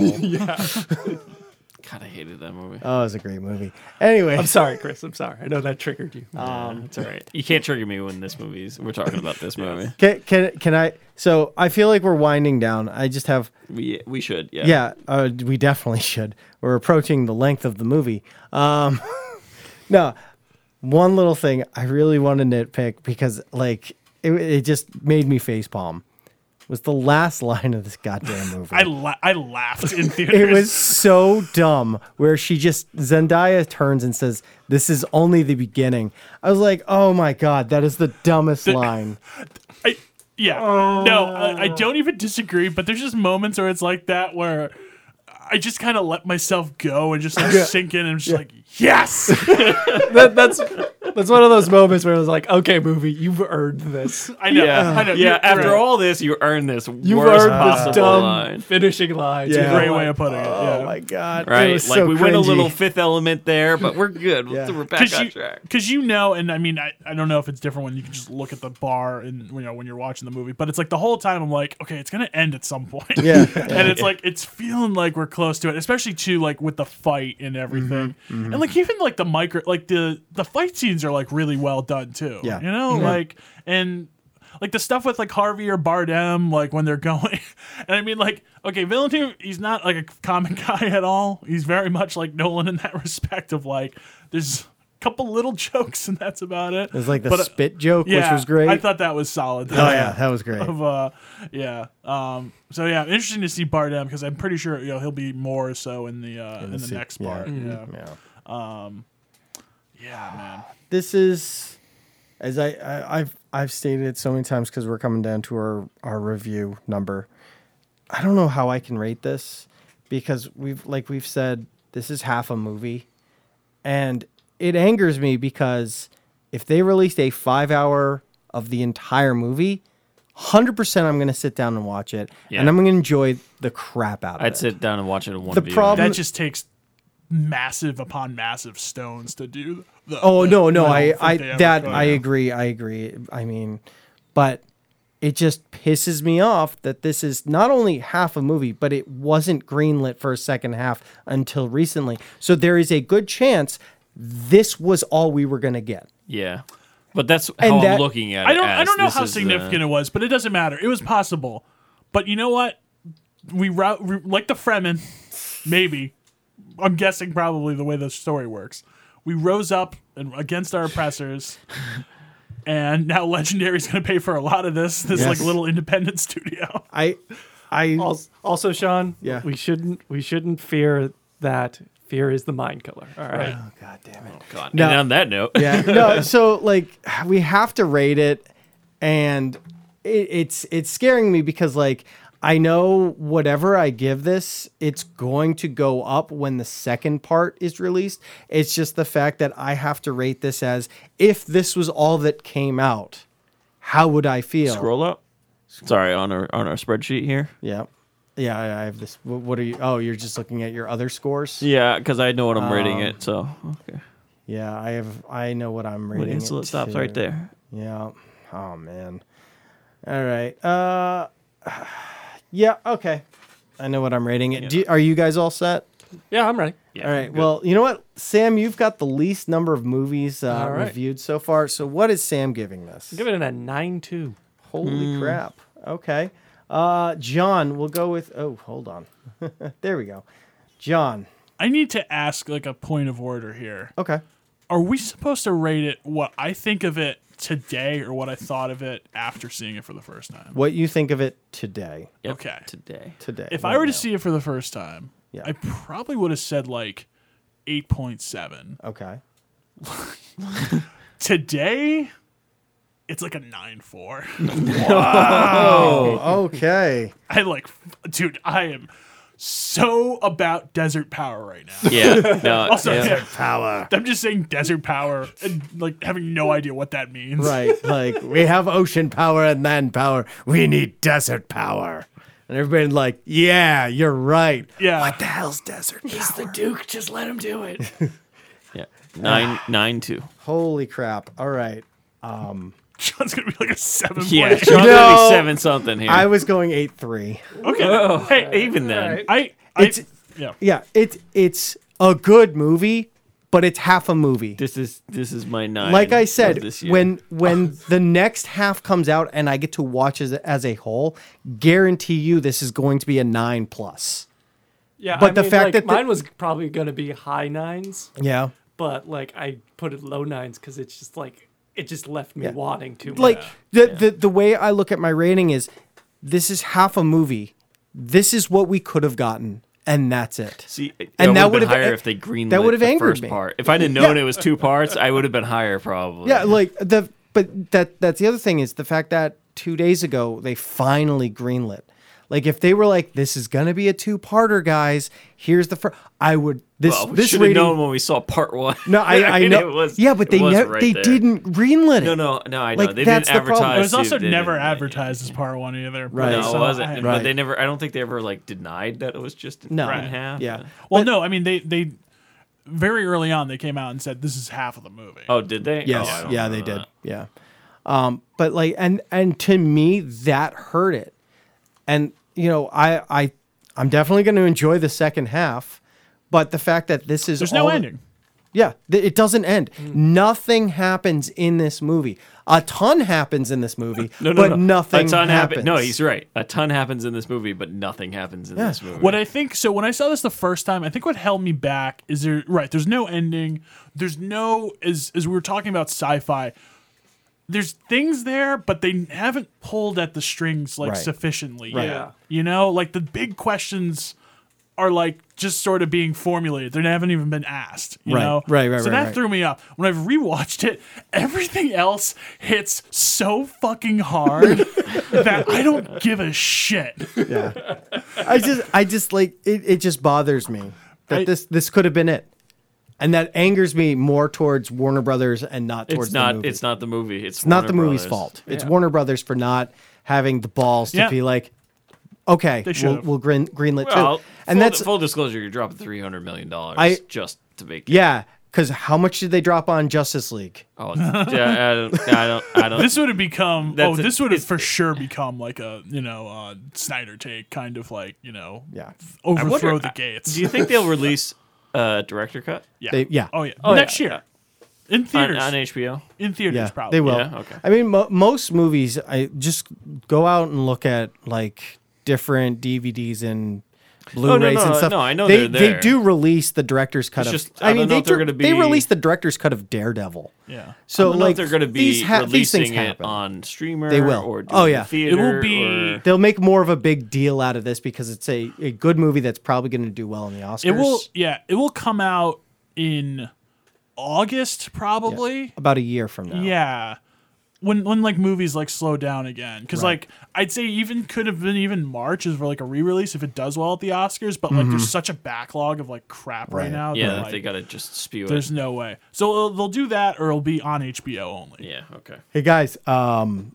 F: Kind of hated that movie.
I: Oh, it was a great movie. Anyway,
G: I'm sorry, Chris. I'm sorry. I know that triggered you.
F: it's all right. You can't trigger me when this movie's. We're talking about this movie.
I: can, can can I? So I feel like we're winding down. I just have
F: We we should. Yeah.
I: yeah. Uh, we definitely should. We're approaching the length of the movie. Um, no, one little thing I really want to nitpick because like it, it just made me facepalm was the last line of this goddamn movie.
H: I la- I laughed in theaters.
I: it was so dumb where she just Zendaya turns and says, "This is only the beginning." I was like, "Oh my god, that is the dumbest line."
H: I, yeah. No, I, I don't even disagree, but there's just moments where it's like that where I just kind of let myself go and just like sink in and I'm just like, yes,
G: that, that's that's one of those moments where I was like, okay, movie, you've earned this.
H: I know. I know.
F: Yeah,
H: You're
F: after
H: right.
F: all this, you earn this
G: You've
F: worst
G: earned
F: possible
G: this dumb
F: line.
G: finishing line.
I: Yeah.
H: Great way of putting it. Yeah.
I: Oh my god! it
F: Right? Like
I: was so
F: we went a
I: cringy.
F: little Fifth Element there, but we're good.
I: Yeah.
F: We're back
H: Cause
F: on
H: you,
F: track.
H: cause you know, and I mean, I, I don't know if it's different when you can just look at the bar and you know when you're watching the movie, but it's like the whole time I'm like, okay, it's gonna end at some point.
I: Yeah.
H: and it's like it's feeling like we're close to it, especially too like with the fight and everything,
I: Mm-hmm,
H: and like even like the micro, like the the fight scenes are like really well done too.
I: Yeah. Mm-hmm.
H: you know, like and like the stuff with like Harvey or Bardem, like when they're going, and I mean like okay, Villeneuve, he's not like a common guy at all. He's very much like Nolan in that respect of like there's a couple little jokes and that's about it.
I: It was like the
H: But, uh,
I: spit joke,
H: yeah,
I: which was great.
H: I thought that was solid.
I: oh yeah, that was great.
H: Of uh, yeah. Um. So yeah, interesting to see Bardem because I'm pretty sure you know he'll be more so in the uh, in, the,
I: se-
H: next
I: yeah. mm-hmm.
H: part. Yeah. yeah. Um,
I: Yeah.
H: man.
I: This is, as I, I I've I've stated it so many times because we're coming down to our our review number. I don't know how I can rate this because we've like we've said this is half a movie, and it angers me because if they released a five hour of the entire movie. 100% I'm going to sit down and watch it
F: Yeah.
I: and I'm going to enjoy the crap out of
F: I'd
I: it.
F: sit down and watch it in one
I: The
F: view.
I: problem-
H: That just takes massive upon massive stones to do. The,
I: Oh no, no,
H: I
I: I,
H: don't
I: I
H: think they ever
I: that
H: go
I: I
H: there.
I: agree, I agree. I mean, but it just pisses me off that this is not only half a movie, but it wasn't greenlit for a second half until recently. So there is a good chance this was all we were gonna get.
F: yeah. But that's how
I: And
F: I'm
I: that-
F: looking at it.
H: I don't I
F: as.
H: don't know
F: This
H: how
F: is uh, the-
H: significant it was, but it doesn't matter. It was possible. But you know what? We route we- like the Fremen, maybe. I'm guessing probably the way the story works. We rose up and against our oppressors. And now Legendary's going to pay for a lot of this this like
I: Yes.
H: little independent studio.
I: I I
G: Also, also Sean,
I: Yeah.
G: we shouldn't we shouldn't fear that fear is the mind killer. All right.
I: oh, god damn it.
F: God.
I: No.
F: And on that note,
I: Yeah. No, so like we have to rate it and it, it's it's scaring me because like I know whatever I give this, it's going to go up when the second part is released. It's just the fact that I have to rate this as if this was all that came out, how would I feel?
F: Scroll up. Sorry, on our on our spreadsheet here.
I: Yeah. Yeah, I I have this. wh- What are you? Oh, you're just looking at your other scores.
F: Yeah, because I know what I'm rating
I: Um,
F: it. So okay,
I: Yeah, I have. I know what I'm
F: but
I: reading.
F: so it stops right
I: there.
F: there.
I: Yeah. Oh man. All right. Uh Yeah, okay. I know what I'm rating it. Do, are you guys all set?
G: Yeah, I'm ready.
F: Yeah,
I: all right. Well, you know what? Sam, you've got the least number of movies uh,
G: All right.
I: reviewed so far. So what is Sam giving this?
G: Give it a nine two.
I: Holy crap. Okay. Uh John, we'll go with Oh, hold on. there we go. John.
H: I need to ask like a point of order here.
I: Okay.
H: Are we supposed to rate it what I think of it today or what I thought of it after seeing it for the first time?
I: What you think of it today?
F: Yep,
H: Okay.
F: Today.
I: Today.
H: If
I: right
H: I were to
I: now.
H: see it for the first time,
I: Yeah.
H: I probably would have said like 8.7.
I: Okay.
H: Today, it's like a 9.4.
I: Okay.
H: I like, dude, I am so about Desert Power right now.
F: Yeah. No.
H: Also,
F: yeah.
H: Desert Power. I'm just saying Desert Power and like having no idea what that means.
I: Right. Like we have ocean power and land power. We need desert power. And everybody's like, yeah, you're right.
H: Yeah.
I: The hell's desert?
F: yeah. Nine nine two.
I: Holy crap. All right.
H: John's going to be like a 7.
F: Yeah.
H: point.
F: Sean
I: No.
F: seven something here.
I: I was going eight three.
H: Okay.
F: hey, even then.
H: I, I,
I: It's-
H: yeah.
I: Yeah, it's it's a good movie, but it's half a movie.
F: This is this is my nine.
I: Like I
F: of
I: said,
F: this year.
I: when when the next half comes out and I get to watch as, as a whole, guarantee you this is going to be a nine plus.
G: Yeah,
I: But
G: I
I: the
G: mean,
I: fact
G: like,
I: that the-
G: mine was probably gonna be high nines,
I: Yeah.
G: but like I put it low nines because it's just like it just left me
I: Yeah.
G: wanting too much.
I: like the, the the way I look at my rating is this is half a movie. This is what we could have gotten, and that's it.
F: See,
I: and
F: and
I: that
F: that would have
I: would've- uh,
F: been higher if they greenlit
I: that
F: that
I: would've
F: the
I: angered
F: first
I: me.
F: part. If I'd have known it was two parts, I would have been higher probably.
I: yeah, like the but that that's the other thing is the fact that two days ago they finally greenlit. Like if they were like, this is gonna be a two parter, guys. Here's the first. I would this
F: well, we
I: this
F: should have
I: rating.
F: known when we saw part one.
I: No, I, I
F: mean,
I: know.
F: It was,
I: yeah, but
F: it
I: they
F: was
I: never
F: right
I: they
F: there.
I: didn't greenlit it.
F: No, no, no. I know
I: Like,
F: they
I: that's
F: didn't
I: the problem.
F: advertise.
I: It
H: It was
F: to-
H: also
F: they didn't-
H: never advertised as part one either.
I: Right.
F: No,
I: So
F: it wasn't.
H: I-
F: But
I: Right.
F: they never. I don't think they ever like denied that it was just
I: No.
F: in half.
I: Yeah.
H: well, no, I mean they they very early on they came out and said this is half of the movie.
F: Oh, did they?
I: Yes.
F: Oh, I don't
I: yeah,
F: know
I: they did.
F: that.
I: Yeah. Um, but like, and and to me, that hurt it. And you know, I I I'm definitely going to enjoy the second half, but the fact that this is
H: There's
I: all
H: no ending.
I: yeah, th- it doesn't end. Nothing happens in this movie. A ton happens in this movie,
F: No, no,
I: but
F: no.
I: nothing
F: a ton happen-
I: happens.
F: No, he's right. A ton happens in this movie, but nothing happens in this movie.
H: What I think so when I saw this the first time, I think what held me back is there right, there's no ending. There's no as as we were talking about sci-fi, there's things there, but they haven't pulled at the strings like
I: Right.
H: sufficiently yet.
G: Yeah.
H: You know, like the big questions are like just sort of being formulated. They haven't even been asked. You
I: Right.
H: know?
I: Right, right,
H: So
I: right,
H: that
I: right.
H: threw me off. When I've rewatched it, everything else hits so fucking hard that I don't give a shit.
I: Yeah. I just I just like it. It just bothers me that
H: I-
I: this this could have been it, and that angers me more towards Warner Brothers and not towards
F: It's
I: the
F: not.
I: movie.
F: It's not the movie. It's
I: It's not the
F: Warner
I: movie's
F: Brothers.
I: fault. It's Warner Brothers for not having the balls to
H: Yeah.
I: be like, okay, we'll,
H: should've.
I: we'll green, greenlit
F: Well,
I: too. And
F: full,
I: that's
F: full disclosure. You're dropping three hundred million dollars
I: I-
F: just to make. It.
I: yeah, because how much did they drop on Justice League?
F: Oh, it's- yeah. I don't. I don't. I don't
H: This would have become
F: That's
H: oh,
F: a-
H: this would have
F: it's-
H: for sure become like a you know uh, Snyder take kind of like you know
I: Yeah,
H: overthrow
F: wonder-
H: the
F: I-
H: gates.
F: do you think they'll release a director cut
H: yeah.
I: They- yeah.
H: oh yeah
F: yeah.
H: next year in
F: on,
H: theaters
F: on HBO?
H: in theaters
I: yeah,
H: probably
I: they will.
F: Yeah, okay.
I: I mean, mo- most movies, I just go out and look at like different DVDs and. Blu-rays and
F: Oh, no,
I: stuff.
F: no, I know they're
I: they they
F: there.
I: do release the director's cut
F: It's
I: of.
F: just, I
I: I,
F: don't
I: mean,
F: know
I: they
F: if they're
I: do-
F: gonna
I: they
F: be-
I: release the director's cut of Daredevil.
H: Yeah.
I: So
F: I don't know
I: like
F: if they're going to be
I: these ha- these
F: releasing
I: things
F: it
I: happen.
F: on streamer.
I: They will.
F: Or do
I: Oh,
F: it in
I: yeah.
F: theater,
H: It will be-
F: or-
I: They'll make more of a big deal out of this because it's a, a good movie that's probably going to do well in the Oscars.
H: it will yeah it will come out in August probably
I: about a year from now.
H: yeah when when like movies like slow down again because like I'd say even could have been even March is for like a re-release if it does well at the Oscars, but like there's such a backlog of like crap right,
I: Mm-hmm. Right.
H: now.
F: Yeah,
H: that,
F: they
H: like,
F: gotta just spew it.
H: There's no way. So it'll- they'll do that, or it'll be on HBO only.
F: Yeah, okay.
I: Hey guys, um,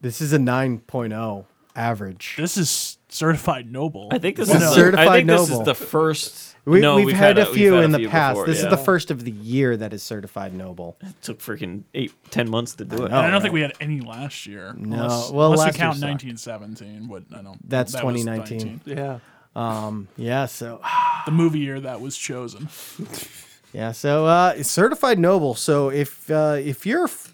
I: this is a 9.0 average.
H: This is certified noble.
F: I think this
I: Well,
F: is
I: no.
F: the,
I: Certified
F: I think this
I: Noble.
F: is the first.
I: We,
F: no,
I: we've, had, a
F: we've
I: few
F: had
I: in the past.
F: before,
I: this
F: yeah.
I: is the first of the year that is certified noble.
F: It took freaking eight, ten months to do it.
H: And I don't think we had any last year. No, unless,
I: well,
H: unless
I: last
H: you
I: year
H: count
I: sucked.
H: 1917. What I don't.
I: That's
H: that was
I: 2019.
H: 19.
G: Yeah.
I: Yeah. So
H: The movie year that was chosen.
I: yeah. So uh, it's certified noble. So if uh, if you're, f-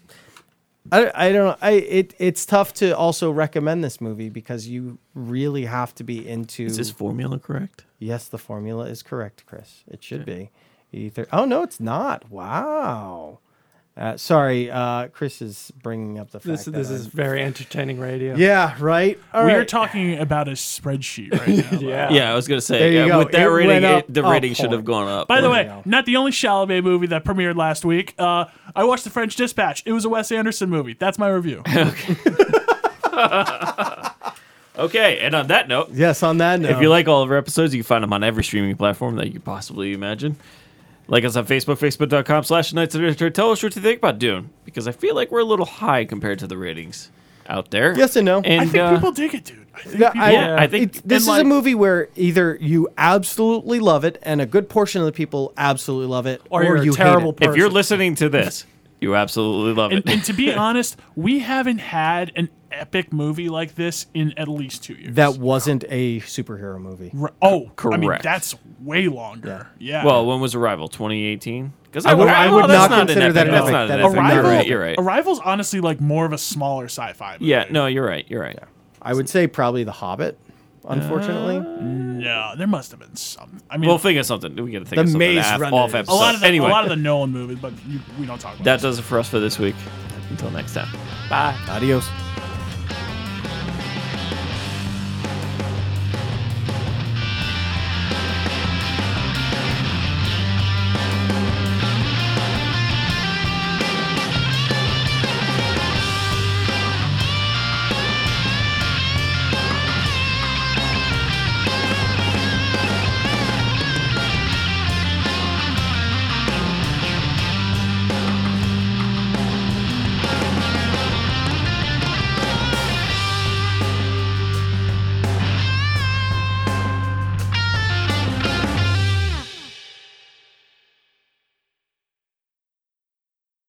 I: I, I don't know. I it it's tough to also recommend this movie because you really have to be into.
F: Is this formula correct?
I: yes, the formula is correct, Chris. It should be either. Oh no, it's not. Wow. Uh, sorry, uh, Chris is bringing up the fact
G: This
I: that
G: this is
I: I'm-
G: very entertaining radio.
I: Yeah, right. All
H: we are
I: right.
H: talking about a spreadsheet right now.
G: Yeah.
F: Yeah, I was gonna
I: There
F: say
I: you
F: yeah,
I: go.
F: with that
I: It went
F: rating,
I: up Oh,
F: it, the
I: a
F: rating should have
I: point.
F: gone up.
H: By the
F: But-
H: way, not the only Chalabet movie that premiered last week. Uh, I watched The French Dispatch. It was a Wes Anderson movie. That's my review.
F: okay. And on that note,
I: yes, on that note.
F: if you like all of our episodes, you can find them on every streaming platform that you could possibly imagine. Like us on Facebook, facebook.com slash Nights Tell us what you think about Dune, because I feel like we're a little high compared to the ratings out there.
I: Yes and no.
F: And,
H: I think
F: uh,
H: people dig it, dude. I think
I: No,
H: people,
I: I,
F: Yeah, I think-
I: it- this
H: and,
I: is a
H: like-
I: movie where either you absolutely love it, and a good portion of the people absolutely love it,
G: Or you're a
I: you hate
G: terrible
I: it.
G: person.
F: if you're listening to this, you absolutely love
H: and,
F: it.
H: and to be honest, we haven't had an epic movie like this in at least two years.
I: That wasn't a superhero movie.
H: Re- oh, I mean,
F: Correct.
H: that's way longer. Yeah.
F: well, when was Arrival? 2018? Because
I: I would- I would
F: that's
I: not
F: an
I: consider
F: epic-
I: that an
F: that's
I: epic.
F: not
I: That
F: an
I: is
F: epic.
I: not
F: You're
H: Arrival.
F: right. You're right.
H: Arrival's honestly like more of a smaller sci-fi. Movie.
F: Yeah. No, you're right. You're right.
I: I would say probably The Hobbit, unfortunately.
H: No, there must have been some. I mean,
F: We'll think of something. We got to think
I: The
F: of something
I: Maze
F: off,
I: Runner.
F: off
I: A
F: episode.
H: a lot of the,
F: anyway,
H: a lot of the Nolan movies, but you, we don't talk about
F: that does it for us for this week. Until next time.
G: Bye.
I: Adios.